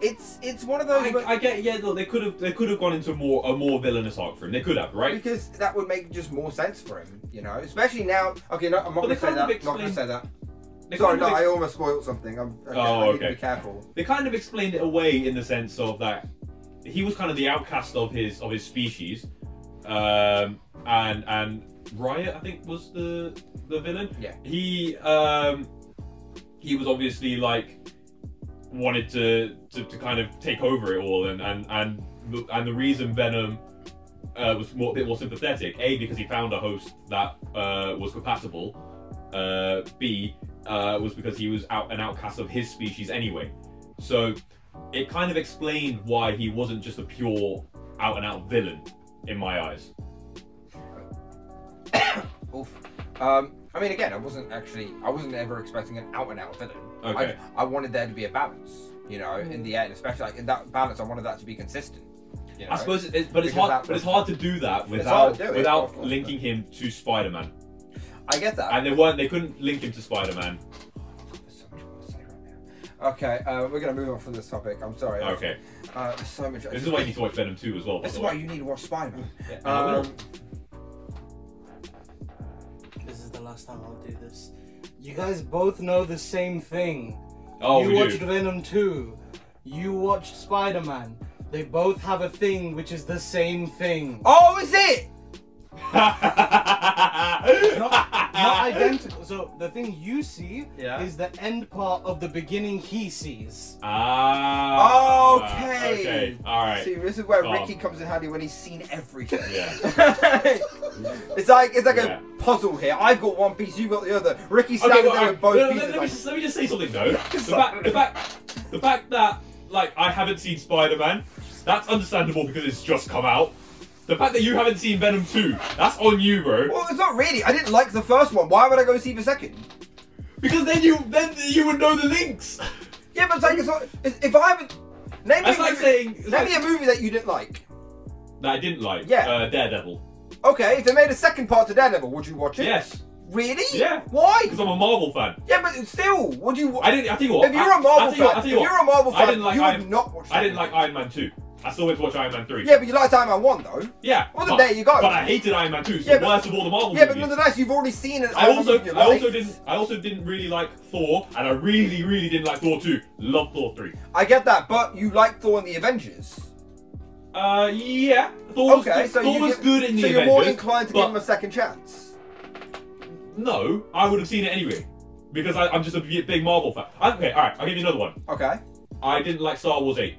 S1: it's it's one of those
S2: I,
S1: where-
S2: I get, yeah, look, they could have they could have gone into more a more villainous arc for him. They could have, right?
S1: because that would make just more sense for him, you know, especially now. Okay, no, I'm not
S2: But
S1: gonna
S2: they
S1: say
S2: kind
S1: that.
S2: of
S1: Not gonna
S2: explain-
S1: say that.
S2: They
S1: Sorry,
S2: kind,
S1: no,
S2: of,
S1: I
S2: ex-
S1: almost spoiled something. I'm. Okay,
S2: Oh,
S1: I need to be
S2: okay.
S1: careful.
S2: they kind of explained it away in the sense of that he was kind of the outcast of his of his species, um, and and Riot I think was the the villain.
S1: Yeah.
S2: he um he was obviously like wanted to to, to kind of take over it all and and and the, and the reason venom uh, was more, a bit more sympathetic a because he found a host that uh, was compatible uh, b uh, was because he was out an outcast of his species anyway so it kind of explained why he wasn't just a pure out and out villain in my eyes
S1: Oof. Um, I mean, again, I wasn't actually, I wasn't ever expecting an out and out villain.
S2: Okay. Mm.
S1: I, I wanted there to be a balance, you know, in the end, especially like in that balance, I wanted that to be consistent. You know?
S2: I suppose, it, but
S1: Because
S2: it's hard.
S1: that-
S2: But it's hard to do that
S1: hard
S2: without
S1: to do it, of
S2: without
S1: course,
S2: linking him to Spider-Man.
S1: I get that.
S2: And they weren't. They couldn't link him to Spider-Man.
S1: There's so much I want to say right now. Okay, uh, we're gonna move on from this topic. I'm sorry.
S2: Okay.
S1: Uh, there's so much.
S2: This is why you need to watch Venom 2 as well. by
S1: This
S2: the
S1: is why
S2: way.
S1: you need to watch Spider Man.
S2: Yeah, and I will.
S1: Um,
S4: This is the last time I'll do this. You guys both know the same thing.
S2: oh,
S4: you
S2: we
S4: watched
S2: do.
S4: Venom 2. You watched Spider Man. They both have a thing which is the same thing.
S1: oh, is it?
S4: Not identical. So the thing you see
S1: Yeah.
S4: is the end part of the beginning he sees.
S2: Ah.
S1: Okay.
S2: Okay. All right.
S1: See, this is where
S2: Oh.
S1: Ricky comes in handy when he's seen everything.
S2: Yeah.
S1: it's like it's like
S2: Yeah.
S1: a puzzle here. I've got one piece, you've got the other. Ricky's
S2: Okay,
S1: standing
S2: well,
S1: there
S2: I-
S1: with both
S2: no, no,
S1: pieces.
S2: let, let me
S1: like,
S2: just, let me just say something though. The
S1: Sorry.
S2: fact, the fact, the fact that like I haven't seen Spider-Man, that's understandable because it's just come out. The fact that you haven't seen Venom 2, that's on you, bro.
S1: Well, it's not really. I didn't like the first one. Why would I go see the second?
S2: Because then you then you would know the links.
S1: Yeah, but it's like, it's not, it's, if I haven't. Name, me
S2: That's
S1: a,
S2: like
S1: movie,
S2: saying it's
S1: name
S2: like-
S1: me a movie that you didn't like.
S2: that I didn't like.
S1: Yeah.
S2: Uh, Daredevil.
S1: Okay, if they made a second part to Daredevil, would you watch it?
S2: Yes.
S1: Really?
S2: Yeah.
S1: Why?
S2: Because I'm a Marvel fan.
S1: Yeah, but still, would you.
S2: I didn't. I think what.
S1: if you're
S2: I,
S1: a Marvel
S2: I tell you
S1: fan,
S2: what, I
S1: if
S2: tell you what,
S1: you're a Marvel
S2: I
S1: fan,
S2: didn't like
S1: you
S2: Iron-
S1: would not watch.
S2: I didn't like
S1: Daredevil.
S2: Iron Man 2. I still went to watch Iron Man 3.
S1: Yeah, but you liked Iron Man one though.
S2: Yeah.
S1: Well,
S2: but,
S1: then there you go.
S2: But I hated Iron Man 2. So
S1: Yeah, but-
S2: worst of all the Marvel
S1: Yeah, but
S2: movies.
S1: nonetheless, you've already seen an
S2: I
S1: Iron
S2: also,
S1: Man you
S2: I also
S1: liked.
S2: didn't, I also didn't really like Thor, and I really, really didn't like Thor 2. Love Thor 3.
S1: I get that, but you like Thor and the Avengers.
S2: Uh, yeah. Thor
S1: okay,
S2: was,
S1: so
S2: Thor
S1: you
S2: was
S1: give-
S2: good in
S1: so
S2: the
S1: you're more
S2: Avengers,
S1: inclined to
S2: but-
S1: give him a second chance.
S2: No, I would have seen it anyway. Because I, I'm just a big big Marvel fan. I- Okay, alright, I'll give you another one.
S1: Okay.
S2: I didn't like Star Wars 8.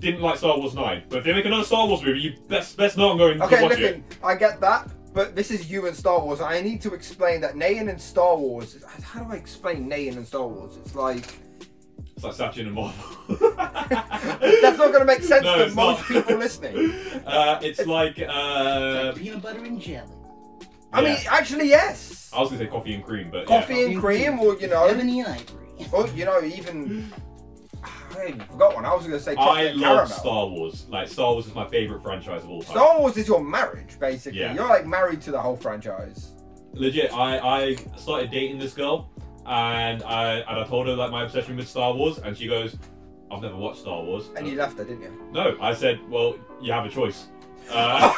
S2: Didn't like Star Wars 9. But if they make another Star Wars movie, you best best know I'm going to
S1: Okay,
S2: watch
S1: listen, I get that, but this is you and Star Wars. I need to explain that Nayan and Star Wars. How do I explain Nayan and Star Wars? It's like
S2: it. It's like Sachin and Marvel.
S1: that's not going to make sense
S2: No,
S1: to
S2: it's
S1: most
S2: not.
S1: people listening.
S2: Uh, it's like, uh,
S4: peanut butter and jelly.
S1: I mean,
S2: Yeah.
S1: actually, yes.
S2: I was going to say coffee and cream, but
S1: Coffee
S2: yeah.
S1: and cream, or you know,
S4: and ivory.
S1: or you know, even I forgot one. I was going to say
S2: I
S1: chocolate
S2: love
S1: caramel.
S2: Star Wars. Like, Star Wars is my favorite franchise of all time.
S1: Star Wars is your marriage, basically.
S2: Yeah.
S1: You're like married to the whole franchise.
S2: legit I, I started dating this girl and I and I told her like my obsession with Star Wars and she goes I've never watched Star Wars
S1: And you left her, didn't you?
S2: no I said well you have a choice uh,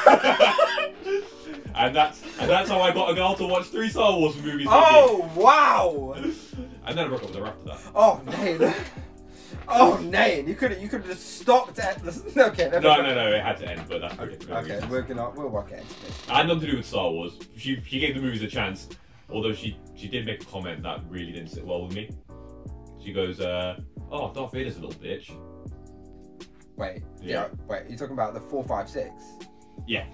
S2: and that's and that's how I got a girl to watch three Star Wars movies. with me.
S1: Oh wow!
S2: And then I broke up with her after that.
S1: Oh Nain. Oh Nain, you could you could have just stopped at the. Okay. never
S2: No,
S1: mind.
S2: no, no, it had to end, but that's okay.
S1: Okay, we're gonna we'll work it. out.
S2: I had nothing to do with Star Wars. She she gave the movies a chance, although she she did make a comment that really didn't sit well with me. She goes, uh, "Oh, Darth Vader's a little bitch."
S1: Wait.
S2: Yeah.
S1: Yeah. Wait. You're talking about the four, five, six.
S2: Yeah,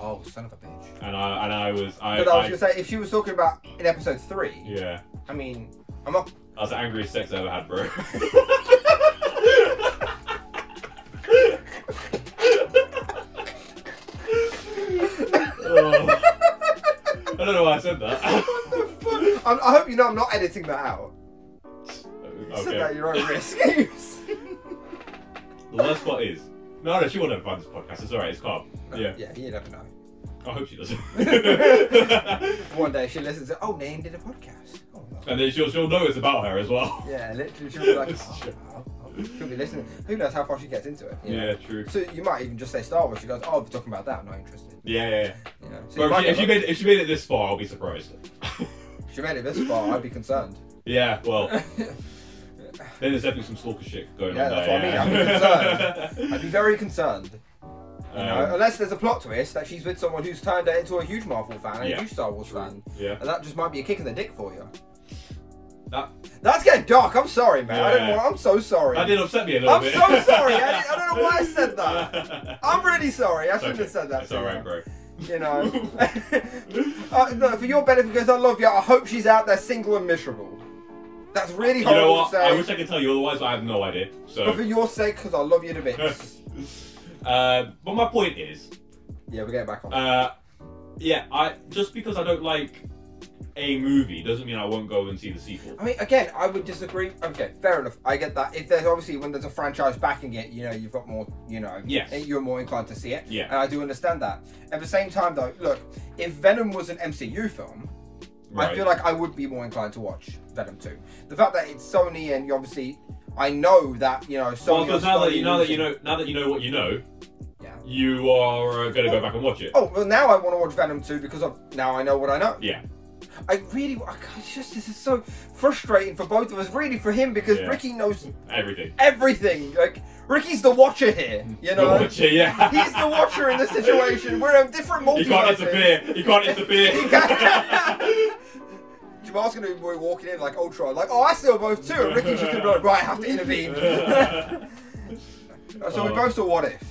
S1: Oh, son of a bitch.
S2: and I and I was I,
S1: But I was
S2: I-
S1: gonna say, if she was talking about in episode three,
S2: yeah,
S1: I mean, I'm not.
S2: I was the angriest sex I ever had, bro. Oh. I don't know why I said that.
S1: I'm, I hope you know I'm not editing that out. You said that at
S2: okay.
S1: your own risk.
S2: The worst part is, no, no, she won't ever find this podcast. It's alright. It's calm. Yeah.
S1: yeah, you never know.
S2: I hope she doesn't.
S1: One day she listens to, oh, Nain did a podcast. Oh, no.
S2: And then she'll, she'll know it's about her as well.
S1: Yeah, literally, she'll be like,
S2: It's
S1: oh,
S2: true.
S1: oh, oh. she'll be listening. Who knows how far she gets into it? you know?
S2: Yeah, true.
S1: So you might even just say Star Wars. She goes, oh, we're talking about that. I'm not interested.
S2: Yeah, yeah, yeah.
S1: You know. So you
S2: But if
S1: might
S2: she,
S1: get
S2: if she
S1: lucky.
S2: made if she made it this far, I'll be surprised.
S1: If she made it this far, I'd be concerned.
S2: yeah, well, then there's definitely some stalker shit going
S1: Yeah,
S2: on.
S1: that's what
S2: there,
S1: I mean,
S2: yeah.
S1: I'm I'd be very concerned. You know,
S2: Um,
S1: unless there's a plot twist that she's with someone who's turned her into a huge Marvel fan and
S2: Yeah.
S1: a huge Star Wars fan,
S2: yeah.
S1: and that just might be a kick in the dick for you.
S2: That-
S1: That's getting dark. I'm sorry, man. I don't
S2: Yeah.
S1: want, I'm so sorry.
S2: That did upset me a little
S1: I'm
S2: bit.
S1: so sorry. I, didn't- I don't know why I said that. I'm really sorry. I
S2: It's
S1: shouldn't
S2: okay.
S1: have said that.
S2: It's
S1: to you.
S2: alright, bro.
S1: You know. uh, no, for your benefit, because I love you. I hope she's out there single and miserable. That's really
S2: You
S1: hard
S2: know what?
S1: to
S2: I
S1: say.
S2: wish I could tell you, otherwise I have no idea. So,
S1: But for your sake, because I love you to bits.
S2: uh, but my point is,
S1: yeah, we're getting back on.
S2: uh, yeah, I just because I don't like a movie doesn't mean I won't go and see the sequel.
S1: I mean, again, I would disagree. Okay, fair enough. I get that. If there's obviously when there's a franchise backing it, you know, you've got more, you know, eh,
S2: Yes.
S1: you're more inclined to see it.
S2: Yeah.
S1: And I do understand that. At the same time, though, look, if Venom was an MCU film, I
S2: Right.
S1: feel like I would be more inclined to watch Venom 2. The fact that it's Sony and you obviously, I know that, you know, Sony.
S2: Well, because
S1: are
S2: now that
S1: slowly
S2: you now that
S1: losing-
S2: you know now that you know what you know,
S1: Yeah.
S2: you are uh, gonna go back and watch it.
S1: Oh, well, now I want to watch Venom 2 because of, now I know what I know.
S2: Yeah.
S1: I really, I, it's just, this is so frustrating for both of us, really for him, because
S2: Yeah.
S1: Ricky knows
S2: Everything.
S1: everything. Like Ricky's the watcher here, you
S2: Go
S1: know.
S2: watch it, yeah.
S1: He's the watcher in this situation. We're in different multiverses.
S2: You can't interfere. You can't
S1: He
S2: interfere.
S1: can't- Jamal's gonna be walking in like Ultra, like, oh, I saw both too. And Ricky's just gonna be like, right, I have to intervene. Uh, so we
S2: Oh.
S1: both saw What If.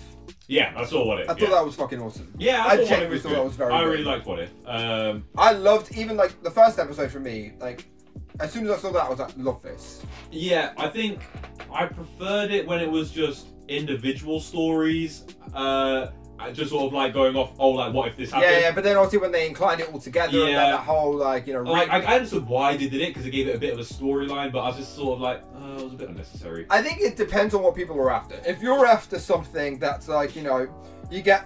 S2: yeah, I saw what it.
S1: I thought
S2: yeah.
S1: that was fucking awesome.
S2: yeah,
S1: I
S2: I, thought what it
S1: genuinely
S2: was
S1: thought
S2: good.
S1: that was very
S2: I
S1: good.
S2: really liked what it. Um,
S1: I loved even like the first episode for me. Like, as soon as I saw that, I was like, love this.
S2: yeah, I think I preferred it when it was just individual stories, uh, just sort of like going off. Oh, like what if this happened?
S1: Yeah, yeah. But then obviously when they inclined it all together and
S2: Yeah.
S1: then that whole like, you know,
S2: Like, I, I understood why they did it because it gave it a bit of a storyline, but I was just sort of like, uh, it was a bit unnecessary.
S1: I think it depends on what people are after. If you're after something that's like, you know, you get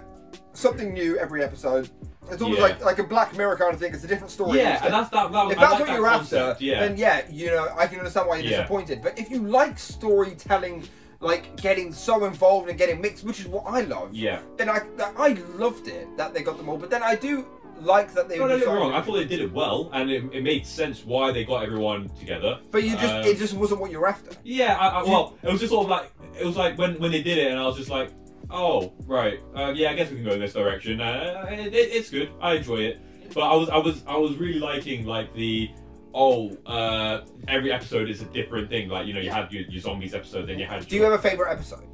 S1: something new every episode, it's almost
S2: Yeah.
S1: like like a Black Mirror kind of thing. It's a different story.
S2: yeah,
S1: each
S2: and
S1: day.
S2: that's that. that
S1: if
S2: I
S1: that's
S2: like
S1: what
S2: that
S1: you're
S2: concept,
S1: after,
S2: yeah.
S1: then yeah, you know, I can understand why you're
S2: Yeah.
S1: disappointed. But if you like storytelling, like getting so involved and getting mixed, which is what I love,
S2: yeah.
S1: then I that, I loved it that they got them all. But then I do like that they.
S2: No, don't
S1: were
S2: get me wrong. I thought they did it well, and it, it made sense why they got everyone together.
S1: But you just
S2: Um,
S1: it just wasn't what you're after.
S2: Yeah, I, I, well, it was just sort of like it was like when when they did it, and I was just like, oh right, uh, yeah, I guess we can go in this direction. Uh, it, it- it's good. I enjoy it. But I was I was I was really liking like the oh uh, every episode is a different thing. Like you know you had your, your zombies episode, then you had.
S1: Do you have a favorite episode?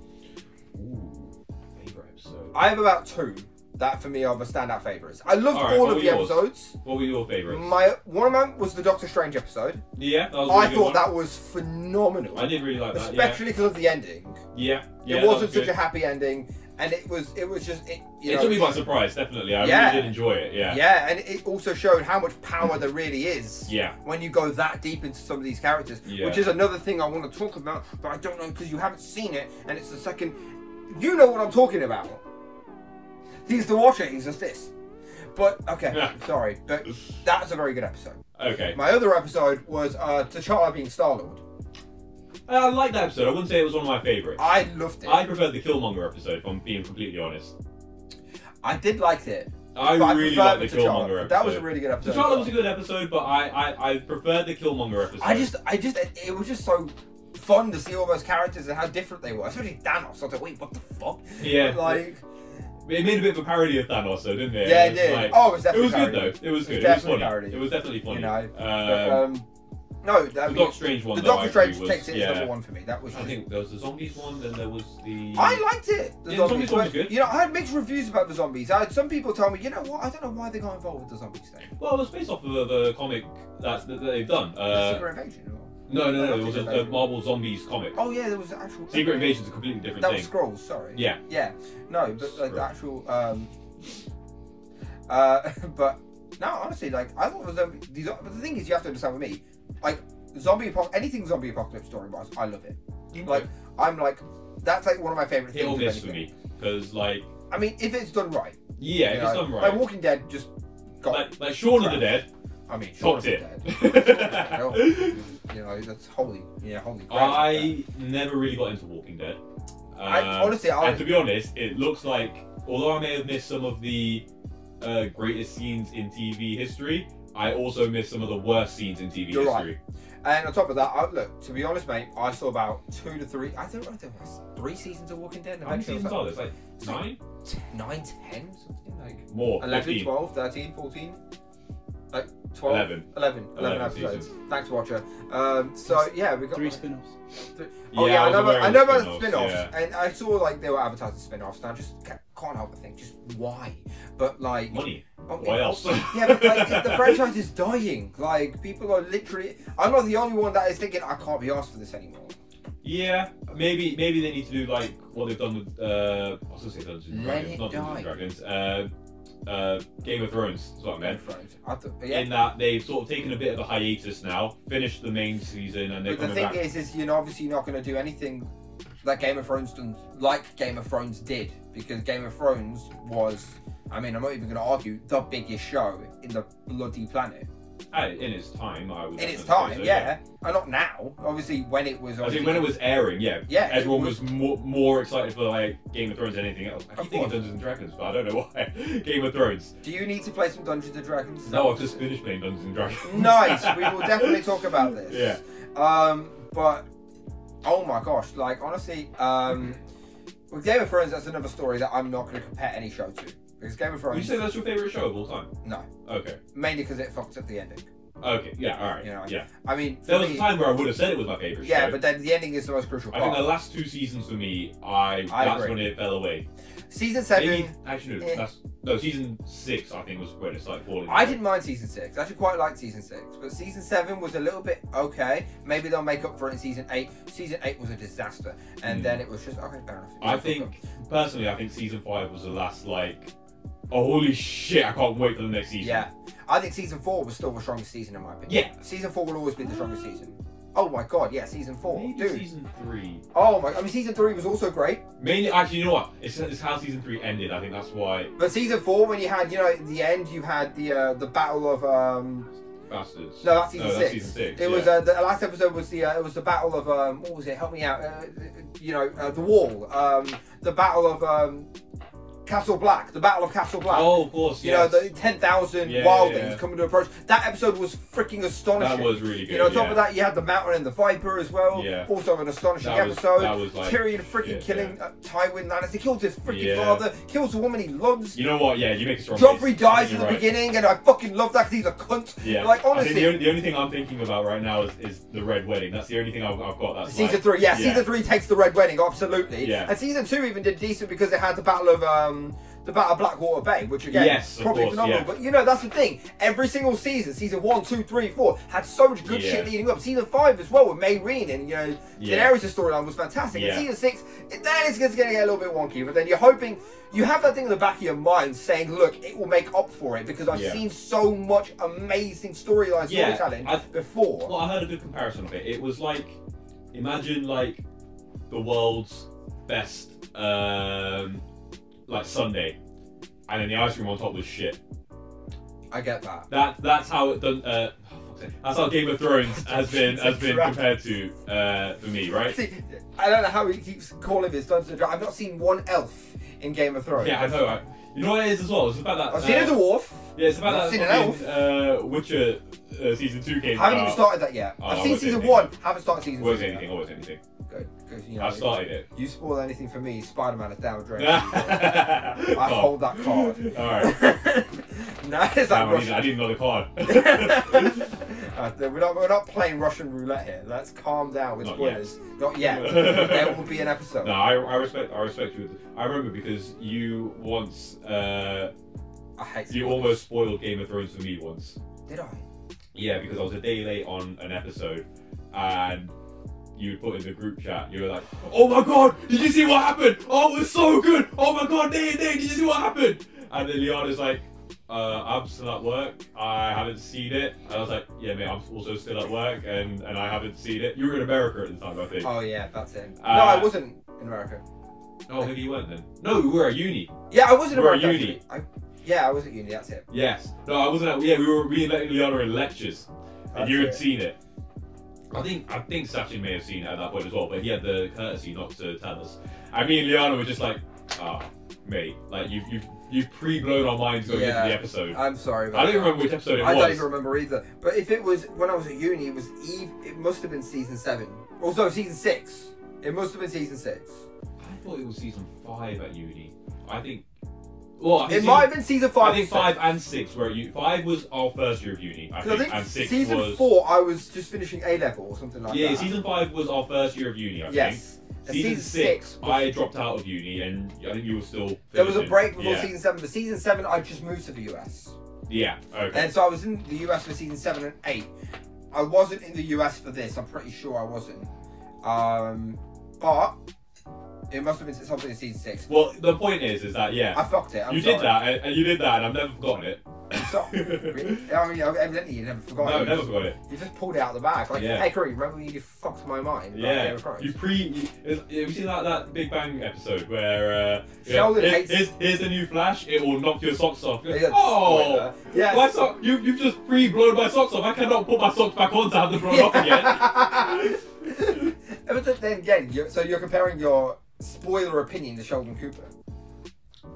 S2: Ooh, favorite episode?
S1: I have about two that for me are the standout favorites. I loved
S2: All right,
S1: all
S2: what
S1: of
S2: were
S1: the
S2: yours?
S1: episodes.
S2: What were your favorites?
S1: My one of them was the Doctor Strange episode.
S2: Yeah, that was a really
S1: I
S2: good
S1: thought
S2: one.
S1: that was phenomenal,
S2: I did really like that. Yeah,
S1: especially because of the ending.
S2: yeah, yeah.
S1: it
S2: that
S1: wasn't
S2: was
S1: such
S2: good.
S1: a happy ending, and it was it was just it. You
S2: It
S1: know,
S2: took me by surprise, definitely. I
S1: Yeah.
S2: really did enjoy it. Yeah,
S1: yeah, and it also showed how much power there really is.
S2: yeah,
S1: When you go that deep into some of these characters,
S2: Yeah.
S1: which is another thing I want to talk about, but I don't know because you haven't seen it, and it's the second. You know what I'm talking about. He's the Watcher. He's just this. But okay,
S2: Yeah.
S1: sorry, but that's a very good episode.
S2: Okay,
S1: My other episode was uh, T'Challa being Star Lord.
S2: Uh, I liked that episode. I wouldn't say it was one of my favorites.
S1: I loved it.
S2: I preferred the Killmonger episode, if I'm being completely honest.
S1: I did like it,
S2: I
S1: But
S2: really
S1: prefer
S2: like the
S1: it to Charlotte.
S2: Killmonger episode.
S1: That was a really good episode.
S2: So
S1: as
S2: Charlotte was
S1: well.
S2: a good episode, but I, I, I preferred the Killmonger episode.
S1: I just, I just, it, it was just so fun to see all those characters and how different they were. Especially Thanos. I was like, wait, what the fuck?
S2: yeah,
S1: Like,
S2: it made a bit of a parody of Thanos, though, didn't it?
S1: yeah, it
S2: was
S1: did.
S2: like-
S1: oh, it was
S2: it
S1: definitely.
S2: was good though. It was good. It was
S1: definitely
S2: funny.
S1: parody.
S2: It was definitely funny.
S1: You know, But,
S2: um,
S1: um, no, that
S2: the
S1: was,
S2: Doctor Strange one.
S1: the
S2: though, I
S1: Doctor
S2: agree,
S1: Strange
S2: was,
S1: takes it as
S2: yeah.
S1: number one for me. That was.
S2: I
S1: just-
S2: think there was the zombies one, then there was the.
S1: I liked it. The
S2: Yeah,
S1: zombies,
S2: the zombies one was
S1: were-
S2: good.
S1: You know, I had mixed reviews about the zombies. I had some people tell me, you know what, I don't know why they got involved with the zombies thing.
S2: Well, it was based off of the, the comic that, that they've done. Uh,
S1: Secret Invasion. Or...
S2: no, no, no.
S1: Secret
S2: It was a, a
S1: Invasion.
S2: Marvel Zombies comic.
S1: Oh yeah, there was an actual
S2: Secret Invasion is a completely different
S1: That
S2: thing.
S1: was scrolls. Sorry.
S2: Yeah.
S1: Yeah. No, but like the
S2: Scroll.
S1: actual. Um, uh, but no, honestly, like I thought the zombie. The, zo- but the thing is, you have to understand with me, like zombie apocalypse, anything zombie apocalypse story wise, I love it. Like I'm like, that's like one of my favorite
S2: Hit
S1: things.
S2: or
S1: of
S2: miss for
S1: anything.
S2: me, because like,
S1: I mean, if it's done right.
S2: yeah,
S1: you
S2: if it's
S1: know,
S2: done
S1: Like
S2: right.
S1: Walking Dead just got.
S2: Like, like Shaun of the Dead,
S1: I mean, Shaun of
S2: topped
S1: the
S2: it.
S1: Dead. Shaun of the Dead, you know, that's holy. Yeah, holy. grail.
S2: I never really got into Walking Dead.
S1: I
S2: Um,
S1: honestly, I
S2: And to be honest, it looks like, although I may have missed some of the uh, greatest scenes in TV history, I also missed some of the worst scenes in TV
S1: You're
S2: history.
S1: And on top of that, I, look, to be honest, mate, I saw about two to three, I don't know, there was three seasons of Walking Dead. and
S2: How many
S1: eventually
S2: seasons
S1: it
S2: are
S1: was
S2: there? Like nine?
S1: like Nine, ten, something like
S2: More.
S1: 11,
S2: 15.
S1: 12, 13, 14, like 12, 11,
S2: 11.
S1: 11,
S2: 11
S1: episodes.
S2: seasons.
S1: Thanks, Watcher. Um, so, yeah, we got
S3: Three spin offs.
S1: Oh, yeah, I,
S2: was
S1: know
S2: aware
S1: about, I
S2: of
S1: know about the spin
S2: spin-offs,
S1: offs, and I saw like they were advertising spin offs, and I just ca- can't help but think, just why? But like,
S2: yeah. Money.
S1: Oh,
S2: Why
S1: yeah.
S2: else?
S1: Yeah, but like the, the franchise is dying. Like people are literally. I'm not the only one that is thinking I can't be asked for this anymore.
S2: Yeah, maybe maybe they need to do like what they've done with uh, I was gonna say Dungeons and
S1: Let
S2: Dragons,
S1: it
S2: not Dungeons and Dragons, uh, uh, Game of Thrones. That's what I meant.
S1: I th- yeah.
S2: In that they've sort of taken a bit of a hiatus now, finished the main season, and they're
S1: But the
S2: coming
S1: thing
S2: back.
S1: is, is you're obviously not going to do anything that Game of Thrones done, like Game of Thrones did, because Game of Thrones was. I mean, I'm not even going to argue the biggest show in the bloody planet
S2: Ah, in its time, I would.
S1: in its
S2: definitely
S1: time.
S2: say so,
S1: Yeah, and not now. Obviously, when it was.
S2: I
S1: Obviously,
S2: think when it was airing, yeah,
S1: Yeah, it
S2: everyone
S1: was-
S2: was, more, more excited for like Game of Thrones than anything else. I
S1: Of
S2: keep thinking
S1: course.
S2: Dungeons and Dragons, but I don't know why. Game of Thrones.
S1: Do you need to play some Dungeons and Dragons?
S2: No, I've just finished playing Dungeons and Dragons.
S1: nice. We will definitely talk about this.
S2: Yeah.
S1: Um, but oh my gosh, like honestly, um, with Game of Thrones, that's another story that I'm not going to compare any show to because Game of
S2: Would you
S1: Thrones,
S2: say that's your favorite show of all time?
S1: No.
S2: Okay.
S1: mainly because it fucked up the ending.
S2: Okay. Yeah. All right.
S1: You know,
S2: yeah.
S1: I mean, for
S2: There was
S1: me-
S2: a time where I would have said it was my favorite
S1: yeah,
S2: show.
S1: but then the ending is the most crucial
S2: I think the
S1: part.
S2: last two seasons for me, I,
S1: I
S2: that's
S1: agree.
S2: when it fell away.
S1: Season seven,
S2: Maybe actually no,
S1: eh.
S2: that's, no season six I think was when it started falling.
S1: I didn't mind season six. I actually quite liked season six, but season seven was a little bit okay. Maybe they'll make up for it in season eight. Season eight was a disaster, and
S2: Mm.
S1: then it was just okay, fair enough.
S2: I think personally, I think season five was the last like, oh holy shit! I can't wait for the next season.
S1: Yeah, I think season four was still the strongest season in my opinion. Yeah, season four will always be the strongest season. Oh my god, yeah, season four,
S2: Maybe
S1: dude.
S2: season three.
S1: Oh my, I mean, season three was also great,
S2: Mainly, actually, you know what? It's, it's how season three ended. I think that's why
S1: but season four when you had, you know, at the end you had the uh, the battle of um
S2: bastards.
S1: no that's season
S2: no,
S1: six.
S2: that's season six.
S1: It
S2: yeah.
S1: was uh, the last episode was the uh, it was the battle of um what was it? Help me out. Uh, you know, uh, the wall. Um, the battle of um Castle Black. The battle of Castle Black.
S2: oh, of course.
S1: You
S2: Yes.
S1: know, the 10,000
S2: Yeah,
S1: wildlings
S2: yeah, yeah.
S1: coming to approach. That episode was freaking astonishing.
S2: that was really good.
S1: You know, on top
S2: yeah.
S1: of that, you had the Mountain and the Viper as well.
S2: Yeah.
S1: Also, an astonishing
S2: That was-
S1: episode.
S2: that was, like,
S1: Tyrion freaking
S2: yeah,
S1: killing Uh, Tywin Lannister. Killed his freaking
S2: Yeah.
S1: father. Kills the woman he loves.
S2: You know what? Yeah, you make a strong.
S1: Joffrey
S2: case. I
S1: dies
S2: think
S1: in the
S2: you're right.
S1: beginning, and I fucking love that because he's a cunt.
S2: Yeah.
S1: Like,
S2: I think the,
S1: honestly.
S2: only, the only thing I'm thinking about right now is, is the red wedding. That's the only thing I've, I've got. That's
S1: Season
S2: like,
S1: three, yeah,
S2: yeah.
S1: season three takes the Red Wedding, absolutely.
S2: Yeah.
S1: And season two even did decent because it had the Battle of um the Battle of Blackwater Bay, which again
S2: Yes, of
S1: probably
S2: course,
S1: phenomenal.
S2: yeah.
S1: But you know that's the thing. Every single season, season one, two, three, four, had so much good
S2: Yeah.
S1: shit leading up. Season five as well with Mayreen and you know
S2: Yeah.
S1: Daenerys' storyline was fantastic.
S2: Yeah.
S1: And season six, it, then it's just gonna get a little bit wonky, but then you're hoping you have that thing in the back of your mind saying, look, it will make up for it because I've
S2: Yeah.
S1: seen so much amazing storyline
S2: Yeah,
S1: storytelling
S2: I-
S1: before.
S2: Well, I heard a good comparison of it. It was like, imagine like the world's best um, like Sunday, and then the ice cream on top was shit.
S1: I get that.
S2: That that's how it done. Uh, oh, fuck's
S1: something.
S2: That's how Game of Thrones has been has been compared to uh, for me, right?
S1: See, I don't know how he keeps calling this Dungeons and Dragons. I've not seen one elf in Game of Thrones.
S2: Yeah, I know. Right? You know what it is as well. It's about that.
S1: I've seen a
S2: uh,
S1: dwarf.
S2: Yeah, it's about
S1: I've
S2: that.
S1: seen an
S2: fucking, uh, Witcher uh, season two came
S1: I haven't
S2: out.
S1: even started that yet.
S2: Oh,
S1: I've
S2: I
S1: seen
S2: won't say
S1: season
S2: anything.
S1: one. haven't started season
S2: Always
S1: two.
S2: anything. Always anything.
S1: Good, 'cause, you know,
S2: I've started it.
S1: You spoil anything for me, Spider Man is down drain.
S2: I
S1: I hold that card.
S2: All right.
S1: no, it's like
S2: Damn, I, need,
S1: Russian.
S2: I need another card.
S1: Uh, we're, not, we're not playing Russian roulette here. Let's calm down with
S2: Not
S1: spoilers. Not yet. there will be an episode.
S2: no, I, I respect. I respect you. I remember because you once. Uh,
S1: I hate
S2: you
S1: spoilers.
S2: almost spoiled Game of Thrones for me once.
S1: Did I?
S2: Yeah, because I was a day late on an episode, and you put in the group chat. You were like, "Oh my god, did you see what happened? Oh, it was so good. Oh my god, day and day, did you see what happened?" And then Liana's like, uh, "I'm still at work. I haven't seen it." And I was like, "Yeah, mate, I'm also still at work, and and I haven't seen it. You were in America at the time, I think.
S1: Oh, yeah, that's it. no,
S2: Uh,
S1: I wasn't in America.
S2: Oh, maybe you weren't then. No, we were at uni.
S1: Yeah, I was in
S2: we were at
S1: America.
S2: uni.
S1: actually. I, yeah, I was at uni, that's it.
S2: Yes. No, I wasn't. At, yeah, we were me and Liana were in lectures, and
S1: That's
S2: you had
S1: it.
S2: seen it. I think I think Sachin may have seen it at that point as well, but he had the courtesy not to tell us. And me and Liana were just like, ah, mate, like you've you've you've pre-blown our minds going
S1: Yeah.
S2: into the episode.
S1: I'm sorry about
S2: I don't
S1: that.
S2: remember which episode it
S1: I
S2: was.
S1: don't even remember either. But if it was when I was at uni, it was Eve. It must have been season seven. Also season six. It must have been season six.
S2: I thought it was season five at uni. I think. Well, I
S1: It
S2: think season-
S1: might have been season five.
S2: I think
S1: or six.
S2: five and six were at uni. Five was our first year of uni. I
S1: 'Cause
S2: think,
S1: I think
S2: and six
S1: season
S2: was.
S1: four. I was just finishing A level or something like
S2: yeah,
S1: that.
S2: season five was our first year of uni. I think.
S1: yes. And
S2: Season, six,
S1: was-
S2: I dropped out of uni, and I think you were still.
S1: There was a
S2: finishing.
S1: break before
S2: yeah.
S1: season seven, but season seven I just moved to the US,
S2: Yeah. Okay.
S1: and so I was in the US for season seven and eight. I wasn't in the US for this. I'm pretty sure I wasn't. Um, but it must have been something in season six.
S2: Well, the point is, is that yeah,
S1: I fucked it. I'm
S2: you
S1: sorry.
S2: did that, and, and you did that, and I've never forgotten it.
S1: So, really? I mean, evidently you never
S2: No,
S1: forgot.
S2: I've
S1: it.
S2: never forgotten it.
S1: You just pulled it out of the bag. Like,
S2: Yeah.
S1: hey, Corey, remember when you fucked my mind? about Game
S2: Yeah,
S1: of Thrones?"
S2: you pre. You, it's- have you seen that, that Big Bang episode where uh, yeah,
S1: Sheldon
S2: here-
S1: hates-
S2: here's, here's the new Flash? It will knock your socks off.
S1: Yeah,
S2: oh,
S1: spoiler. Yes.
S2: my sock! You, you've just pre-blown my socks off. I cannot put my socks back on to have them blown off again.
S1: but then again, you're, so you're comparing your spoiler opinion to Sheldon Cooper.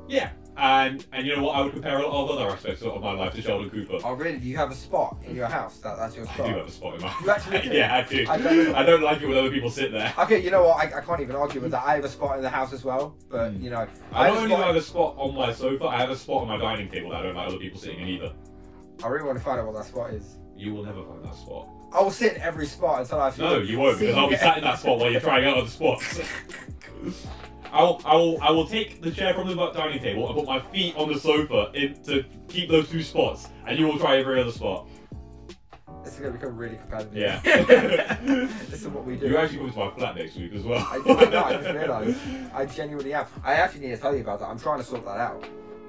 S2: Yeah, and and you know what? I would compare a lot of other aspects of my life to Sheldon Cooper.
S1: Oh, really? Do you have a spot in your house? That, that's your
S2: I do
S1: spot.
S2: have a spot in my.
S1: Oh, You actually do?
S2: yeah, I do.
S1: I don't-
S2: I don't like it when other people sit there.
S1: Okay, you know what? I, I can't even argue with that. I have a spot in the house as well, but
S2: Mm.
S1: you know, I
S2: I not
S1: have a
S2: only do I
S1: spot.
S2: have a spot on my sofa, I have a spot on my dining table that I don't like other people sitting in either.
S1: I really want to find out what that spot is.
S2: You will never find that spot.
S1: I will sit in every spot until I feel.
S2: No, you won't, because I'll be sat in that spot while you're trying out other spots. I will, I will, I will take the chair from the dining table and put my feet on the sofa in to keep those two spots, and you will try every other spot.
S1: This is gonna become really competitive.
S2: Yeah.
S1: this is what we do.
S2: You actually come to my flat next week as well.
S1: I, I know, I just realised. I genuinely am. I actually need to tell you about that. I'm trying to sort that out.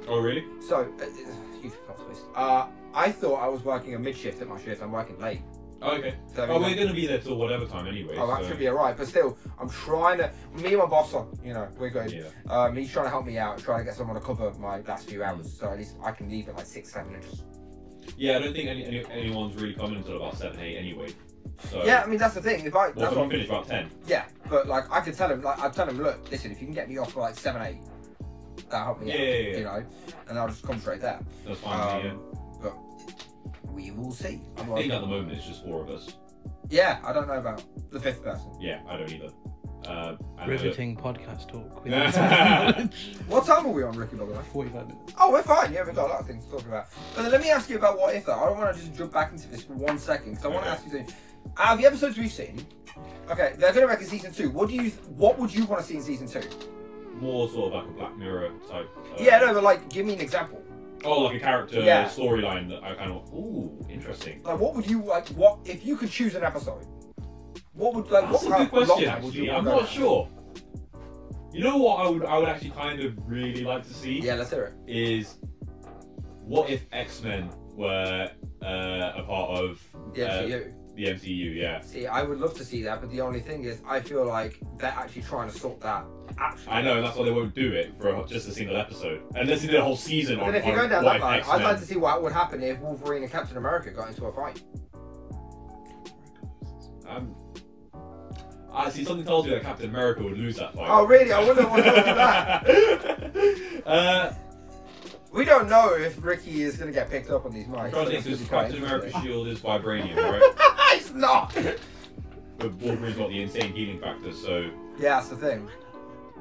S2: Oh really?
S1: So, uh, huge plot twist. Uh, I thought I was working a mid shift at my shift. I'm working late.
S2: Oh, okay.
S1: So,
S2: Oh, we're gonna be there till whatever time anyway.
S1: oh, that
S2: so-
S1: should be alright. But still, I'm trying to. Me and my boss are, you know, we're good.
S2: Yeah.
S1: Um, he's trying to help me out and trying to get someone to cover my last few hours. So at least I can leave at like six, seven, and just.
S2: Yeah, I don't think any, any, anyone's really coming until about seven, eight anyway. So
S1: Yeah, I mean that's the thing. If I,
S2: Well,
S1: that's
S2: so
S1: what
S2: we finish about ten.
S1: yeah, but like I could tell him, like I'd tell him, look, listen, if you can get me off for like seven, eight, that'll help me
S2: Yeah,
S1: out,
S2: yeah, yeah.
S1: you know, and I'll just concentrate there.
S2: That's
S1: Um,
S2: fine. yeah.
S1: But we will see.
S2: I
S1: Otherwise-
S2: think at the moment it's just four of us.
S1: Yeah, I don't know about the fifth person.
S2: Yeah, I don't either. Uh, and
S3: Riveting podcast talk. With
S1: What time are we on, Ricky, by the way?
S3: 45 minutes.
S1: Oh, we're fine. Yeah, we've got a lot of things to talk about. But let me ask you about what if though. I don't want to just jump back into this for one second because I want to
S2: Okay.
S1: ask you something. Out of the episodes we've seen, okay, they're going to make a season two. What do you? What would you want to see in season two?
S2: Uh. more sort of like a Black Mirror type. Uh,
S1: yeah, no, but like, give me an example.
S2: Oh, like a character
S1: Yeah.
S2: storyline that I kind of. Ooh, interesting.
S1: Like, what would you like? What if you could choose an episode? What would like?
S2: That's a
S1: Uh, what kind
S2: good
S1: of
S2: question.
S1: plot would you
S2: Actually,
S1: want
S2: I'm
S1: to go
S2: not
S1: with?
S2: sure. You know what I would I would actually kind of really like to see
S1: Yeah, let's hear it.
S2: is what if X Men were uh, a part of
S1: Yeah,
S2: uh,
S1: see you.
S2: the MCU? Yeah.
S1: See, I would love to see that, but the only thing is, I feel like they're actually trying to sort that. Actually,
S2: I know, and that's why they won't do it for just a single episode. Unless they did a whole season
S1: But
S2: on,
S1: then if you
S2: on
S1: go down
S2: what
S1: that
S2: if
S1: line, I'd
S2: X-Men-
S1: like to see what would happen if Wolverine and Captain America got into a fight.
S2: Um,
S5: Actually, something tells me that Captain America would lose that fight.
S6: Oh, really? I wonder what happened to that.
S5: Uh,
S6: We don't know if Ricky is going to get picked up on these mics.
S5: I'm trying to think,
S6: Because
S5: because
S6: he can't
S5: Captain
S6: interest
S5: America's
S6: me.
S5: shield is vibranium, right?
S6: He's not.
S5: but Wolverine's got the insane healing factor, so
S6: Yeah, that's the thing.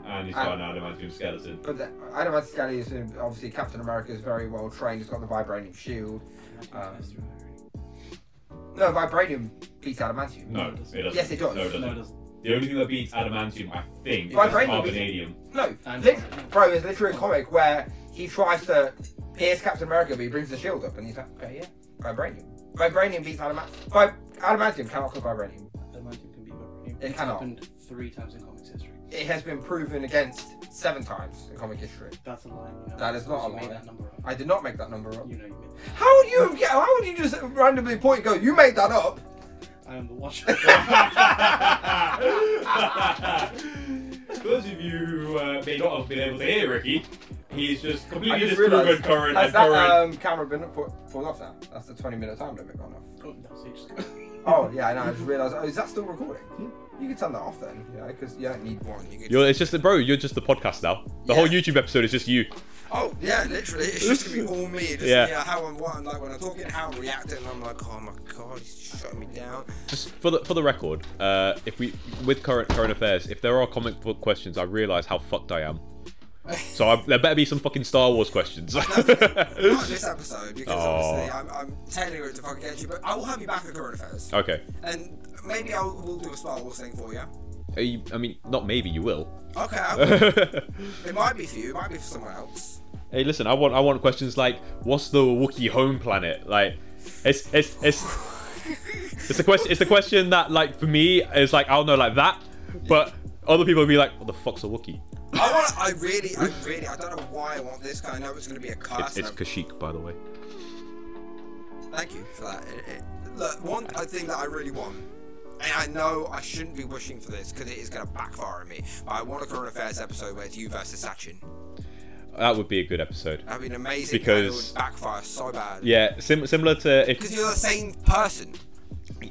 S5: and he's
S6: Ah.
S5: got an adamantium skeleton.
S6: But the- Adam Scally is um, obviously Captain America is very well trained. He's got the vibranium shield. Um, No, vibranium beats adamantium.
S5: No, it doesn't.
S6: Yes, it does.
S5: No,
S6: No,
S5: it doesn't.
S4: No, it doesn't.
S5: The only thing that beats adamantium, I think, is
S6: Vibranium.
S5: carbonadium.
S6: No,
S4: And-
S6: lit- bro, there's literally a comic where he tries to pierce Captain America, but he brings the shield up, and he's like, oh yeah, vibranium. Vibranium beats adamantium. Vi- adamantium cannot kill vibranium.
S4: Adamantium can be vibranium.
S6: It
S4: It's
S6: cannot.
S4: happened three times in comics history.
S6: It has been proven against seven times in comic history.
S4: That's a lie. You know.
S6: That is not
S4: You
S6: a
S4: made
S6: lie.
S4: that number up.
S6: I did not make that number up.
S4: You know you made that.
S6: How would you? Get, how would you just randomly point and go? You made that up.
S4: I am the watcher.
S5: For those of you who uh, may not have been able to hear Ricky, he's just
S6: I
S5: completely
S6: just
S5: disproven
S6: realised-
S5: current
S6: Has
S5: and
S6: that
S5: current.
S6: um, camera been put, pulled off now? That's the 20 minute time limit gone off.
S4: Oh, no, so you just-
S6: Oh yeah, I know. I just realised. Oh, is that still recording? You can turn that off then. Yeah, because you don't need one. You could...
S2: You're, it's just, bro, you're just the podcast now. The whole YouTube episode is just you.
S6: Oh yeah, literally, it's just gonna be all me. Just,
S2: Yeah.
S6: You know, how I'm, what I'm like when I'm talking, how I'm reacting. I'm like, oh my god, he's shutting me down.
S2: Just for the for the record, uh, if we with current current affairs, if there are comic book questions, I realise how fucked I am. So I, there better be some fucking Star Wars questions.
S1: not this episode because
S2: Aw. Oh.
S1: obviously I'm, I'm tailoring it to fucking get you, but I will have you back at current affairs,
S2: okay.
S1: and maybe I will we'll do a Star Wars thing for you.
S2: Are Uh, you- I mean, not maybe you will.
S1: Okay, I will.
S2: hey,
S1: it might be for you, it might be for someone else.
S2: listen, I want I want questions like, what's the Wookiee home planet? Like, it's it's it's it's a question it's a question that like for me is like I'll know like that, but other people will be like, what the fuck's a Wookiee?
S1: I want. I really, I really, I don't know why I want this. 'cause I know it's going to be a
S2: It's
S1: curse.
S2: it's
S1: and
S2: Kashyyyk, by the way.
S1: I'm- Thank you for that. It- it- look, one I thing that I really want. And I know I shouldn't be wishing for this because it is going to backfire on me. But I want a current affairs episode where it's you versus Sachin.
S2: That would be a good episode.
S1: That'd be an amazing. and it
S2: Because-
S1: would backfire so bad.
S2: Yeah, sim- similar to if
S1: Because you're the same person.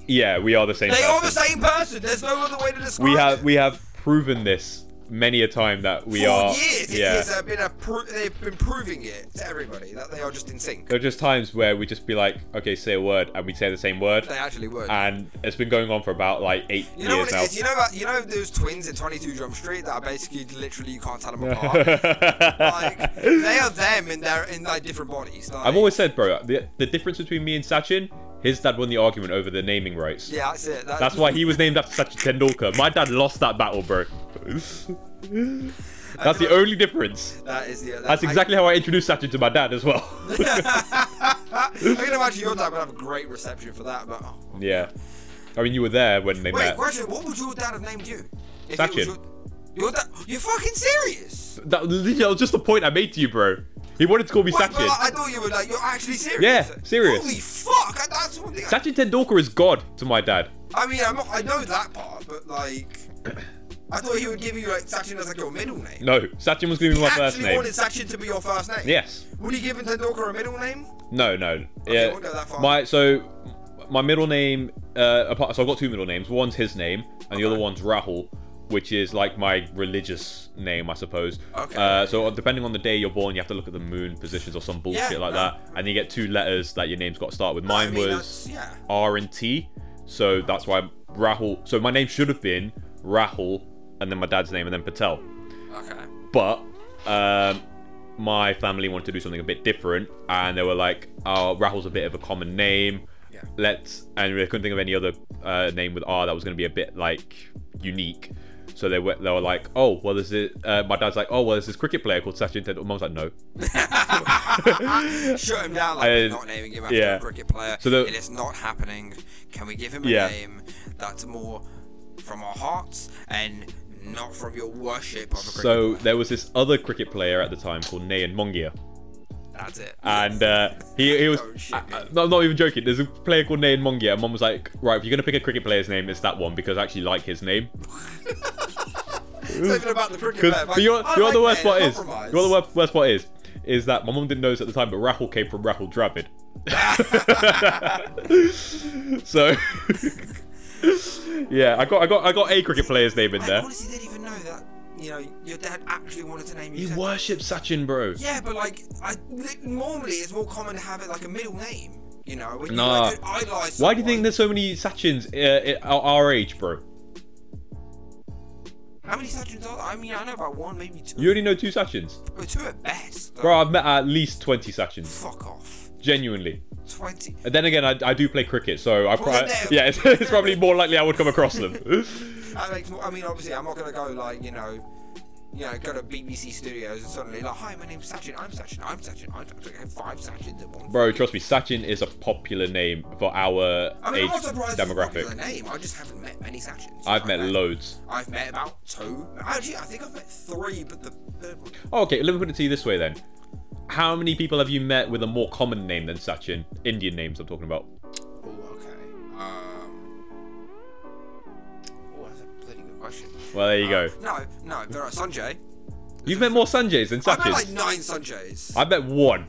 S2: yeah, we are the same.
S1: They are the
S2: person.
S1: same person. There's no other way to describe
S2: We have
S1: it.
S2: we have proven this many a time that we
S1: For
S2: are
S1: years, it
S2: yeah.
S1: has, uh, been a pro- they've been proving it to everybody that they are just in sync.
S2: There are just times where we just be like, okay, say a word, and we say the same word,
S1: They actually would.
S2: and it's been going on for about like eight
S1: you know
S2: years
S1: what it
S2: now.
S1: is? You know that you know those twins at 22 Jump Street that are basically literally you can't tell them apart. like they are them in their in like different bodies. Like,
S2: I've always said, bro, the, the difference between me and Sachin, his dad won the argument over the naming rights.
S1: yeah, that's it. That-
S2: That's why he was named after Sachin Tendulkar. My dad lost that battle, bro. That's the only difference.
S1: That is the.
S2: That's
S1: I-
S2: exactly how I introduced Sachin to my dad as well.
S1: I can imagine your dad would have a great reception for that. But oh.
S2: yeah. I mean, you were there when they
S1: wait,
S2: met.
S1: question: What would your dad have named you? If it was
S2: Sachin.
S1: Your, your dad? You're fucking serious?
S2: That, that was just the point I made to you, bro. He wanted to call me
S1: Wait, but
S2: Sachin.
S1: like, I thought you were like you're actually serious.
S2: Yeah, serious.
S1: Holy fuck! I- That's one thing. I-
S2: Sachin Tendulkar is God to my dad.
S1: I mean, I'm not, I know that part, but like, I thought he would give you like Sachin as like your middle name.
S2: No, Sachin was going to be
S1: He
S2: my
S1: actually
S2: first name.
S1: wanted Sachin to be your first name.
S2: Yes.
S1: Would he give Tendulkar a middle name?
S2: No, no.
S1: Okay,
S2: yeah.
S1: we'll go that far.
S2: my so my middle name uh apart so I've got two middle names. One's his name and the other one's Rahul, which is like my religious name, I suppose.
S1: Okay.
S2: Uh, so depending on the day you're born, you have to look at the moon positions or some bullshit
S1: Yeah,
S2: like
S1: no.
S2: that, and you get two letters that your name's got to start with. Mine
S1: I mean,
S2: was
S1: that's- yeah.
S2: R and T, so that's why Rahul. So my name should have been Rahul, and then my dad's name, and then Patel
S1: Okay.
S2: but um, my family wanted to do something a bit different, and they were like, "Oh, Rahul's a bit of a common name.
S1: Yeah.
S2: Let's." And they couldn't think of any other uh, name with R that was going to be a bit like unique. So they were, they were like, "Oh, well, there's this." Uh, my dad's like, "Oh, well, there's this cricket player called Sachin Tendulkar." Mum's like, "No."
S1: Shut him down. Like,
S2: I-
S1: we're not naming him after
S2: yeah.
S1: a cricket player.
S2: So the-
S1: it is not happening. Can we give him a
S2: Yeah.
S1: name that's more from our hearts and not from your worship of a cricket
S2: So
S1: player?
S2: there was this other cricket player at the time called Nayan Mongia.
S1: That's it.
S2: and uh, he, he was.
S1: Oh, shit,
S2: I, I,
S1: man.
S2: no, I'm not even joking. There's a player called Nayan Mongia, and mum was like, "Right, if you're gonna pick a cricket player's name, it's that one because I actually like his name."
S1: It's not even about the cricket player.
S2: 'Cause-
S1: like,
S2: but you're,
S1: I
S2: you're the
S1: like
S2: worst
S1: their
S2: part is
S1: compromise.
S2: you're the worst, worst part is is that my mum didn't know this at the time, but Rahul came from Rahul Dravid. so Yeah, I got, I got, I got a cricket player's name in
S1: I
S2: there.
S1: honestly didn't even know that. You know, your dad actually wanted to name you.
S2: You
S1: Ted.
S2: worship Sachin, bro.
S1: Yeah, but like, I li- normally it's more common to have it like a middle name. You know, when
S2: Nah.
S1: you like, idolize
S2: Why do you
S1: someone.
S2: think there's so many Sachins uh, at our age, bro?
S1: How many Saturns are there? I mean, I know about one, maybe two.
S2: You only know two Sachins,
S1: Or two at best. though.
S2: bro. I've met at least twenty Sachins,
S1: Fuck off.
S2: genuinely.
S1: 20.
S2: And then again, I, I do play cricket, so I
S1: Well,
S2: probably
S1: no.
S2: yeah, it's, it's probably more likely I would come across them.
S1: That makes more, I mean, obviously, I'm not going to go like, you know, you know, go to BBC Studios and suddenly like, hi, my name's Sachin, I'm Sachin, I'm Sachin, I'm Sachin. I have five Sachins at once.
S2: bro, trust me, Sachin is a popular name for our
S1: I mean, I'm
S2: age
S1: not surprised it's a
S2: demographic.
S1: popular name. I just haven't met many Sachins.
S2: I've met
S1: I've
S2: loads.
S1: I've met about two. Actually, I think I've met three, but the third one.
S2: Oh, okay, let me put it to you this way then. How many people have you met with a more common name than Sachin? Indian names, I'm talking about.
S1: Oh, okay. Um. Oh, that's a bloody good question. Uh,
S2: Well, there you go.
S1: No, no, there are Sanjay.
S2: You've met more Sanjays than
S1: I've met like
S2: Sachins.
S1: nine Sanjays.
S2: I've met one.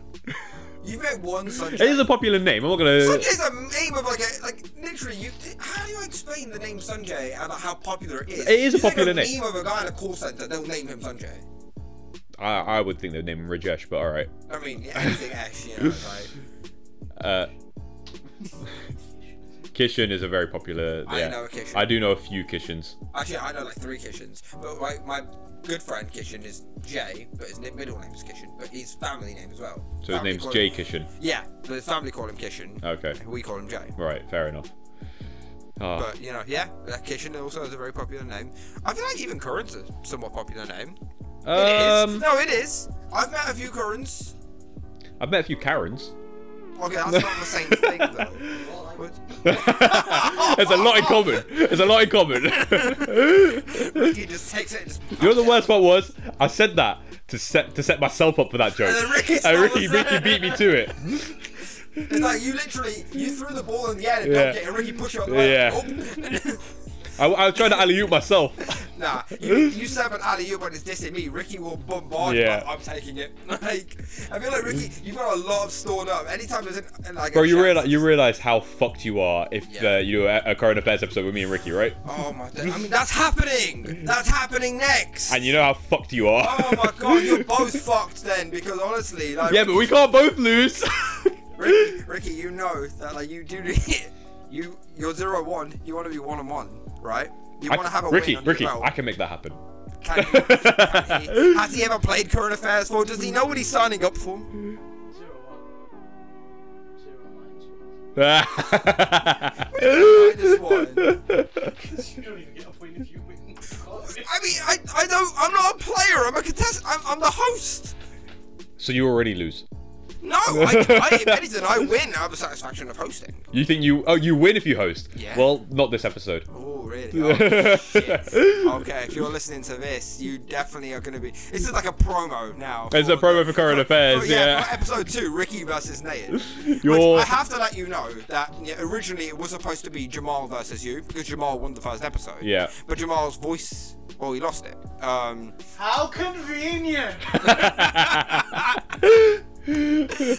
S1: You've met one
S2: It
S1: Sanjay.
S2: is a popular name. I'm not gonna.
S1: Sanjay's a name of like a like literally. You, how do you explain the name Sanjay and how popular it is?
S2: It is a
S1: You think
S2: popular
S1: of
S2: name.
S1: of a guy in a call center, they'll name him Sanjay.
S2: I, I would think they'd name him Rajesh, but all right.
S1: I mean, yeah, anything Ash, you know, like,
S2: Uh, Kishan is a very popular.
S1: I
S2: yeah.
S1: know a Kishan.
S2: I do know a few Kishans.
S1: Actually, I know like three Kishans, but like my good friend Kishan is Jay, but his middle name is Kishan, but his family name as well.
S2: So his
S1: Family
S2: name's
S1: call
S2: Jay Oh.
S1: him-
S2: Kishan.
S1: Yeah, but his family call him Kishan.
S2: Okay.
S1: We call him Jay.
S2: Right. Fair enough. Ah,
S1: But you know, yeah, uh, Kishan also is a very popular name. I feel like even Curran's a somewhat popular name. it is.
S2: um,
S1: No, it is. I've met a few Currans.
S2: I've met a few Karens.
S1: Okay, that's not the same thing though. But-
S2: There's a lot in common. There's a lot in common.
S1: Ricky just takes it. And just
S2: You know the worst part was I said that to set to set myself up for that joke.
S1: And then Ricky
S2: And
S1: stole
S2: Ricky,
S1: it.
S2: Ricky beat me to it.
S1: It's like you literally you threw the ball in the air and
S2: Yeah.
S1: dumped it, and Ricky pushed it on the
S2: Yeah.
S1: way. Oh.
S2: I, I was trying to alley oop myself.
S1: Nah, you, you stab an alley oop and it's dissing me. Ricky will bombard
S2: Yeah.
S1: you. I'm taking it. Like, I feel like Ricky, you've got a lot of stored up. Anytime there's an, like,
S2: Bro,
S1: a
S2: you
S1: chance-
S2: realize you realize how fucked you are if
S1: Yeah.
S2: uh, you do a, a current affairs episode with me and Ricky, right?
S1: Oh my god! I mean, that's happening. That's happening next.
S2: And you know how fucked you are.
S1: Oh my god! You're both fucked then, because honestly, like,
S2: yeah, but we can't both lose.
S1: Ricky, Ricky, you know that like you do you you're zero one. You want to be one on one, right? You
S2: I-
S1: want to have a
S2: Ricky,
S1: win on
S2: Ricky,
S1: your belt.
S2: I can make that happen.
S1: Can he, can he? Has he ever played current affairs for? Does he know what he's signing up for?
S4: Zero one. Zero minus one.
S1: Minus one.
S7: You don't even get a point if you win.
S1: I mean, I, I don't. I'm not a player. I'm a contestant. I'm, I'm the host.
S2: so you already lose.
S1: No, I, I if anything, I win. I have the satisfaction of hosting.
S2: You think you? Oh, you win if you host.
S1: Yeah.
S2: Well, not this episode.
S1: Oh, really? Oh, shit. Okay, if you're listening to this, you definitely are going to be. This is like a promo now.
S2: It's a promo for current affairs,
S1: for-
S2: yeah.
S1: for episode two, Ricky versus Nathan.
S2: You're-
S1: Which I have to let you know that yeah, originally it was supposed to be Jamal versus you because Jamal won the first episode.
S2: Yeah.
S1: But Jamal's voice, well, he lost it. Um,
S4: How convenient!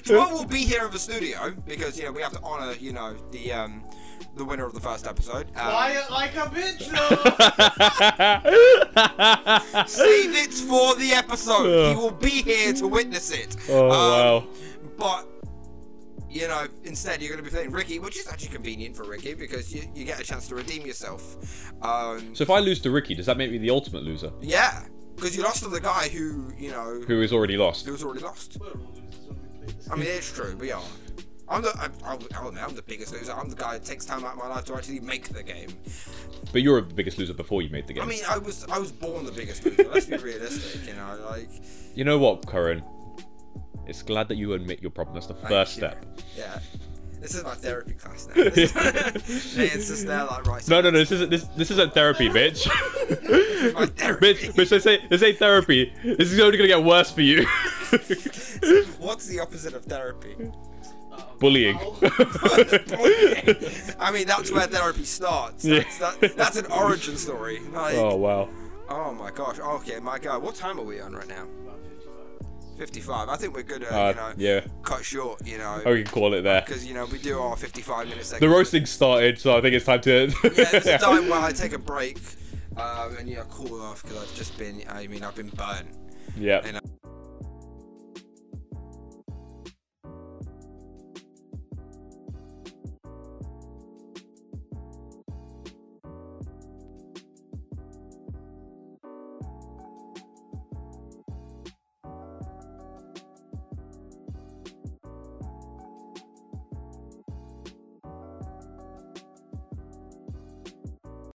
S1: Jamal will be here in the studio because you know we have to honor you know the um, the winner of the first episode. Um,
S4: Quiet like a bitch, though!
S1: Save it for the episode. he will be here to witness it. Um,
S2: Oh wow.
S1: But you know, instead you're going to be playing Ricky, which is actually convenient for Ricky because you, you get a chance to redeem yourself. Um,
S2: So if I lose to Ricky, does that make me the ultimate loser,
S1: yeah, because you lost to the guy who you know
S2: who is already lost?
S1: who was already lost.
S7: We're all losers when we play this.
S1: I mean, it's true, but yeah. I'm the, I, I'll, I'll admit, I'm the biggest loser. I'm the guy that takes time out of my life to actually make the game.
S2: But you're the biggest loser before you made the game.
S1: I mean, I was I was born the biggest loser. Let's be realistic, you know. Like,
S2: you know what, Curran? It's glad that you admit your problem. That's the first
S1: you.
S2: step.
S1: yeah, this is my therapy class now. This is- Nate's just there like right.
S2: No, no, no. This isn't this. This isn't therapy, bitch.
S1: My therapy.
S2: bitch, bitch. This ain't this ain't therapy. This is only gonna get worse for you.
S1: What's the opposite of therapy?
S2: Bullying.
S1: I mean, that's where therapy starts. That's, that, that's an origin story. Like,
S2: oh
S1: oh.
S2: wow.
S1: my gosh. Okay, my God. What time are we on right now? 55. I think we're gonna,
S2: Uh,
S1: you know,
S2: yeah,
S1: cut short, you know,
S2: I can call it there.
S1: because you know we do our 55 minutes.
S2: The roasting started, so I think it's time to.
S1: yeah, there's a time where I take a break um, and you know cool off because I've just been. I mean, I've been burnt.
S2: Yeah.
S1: And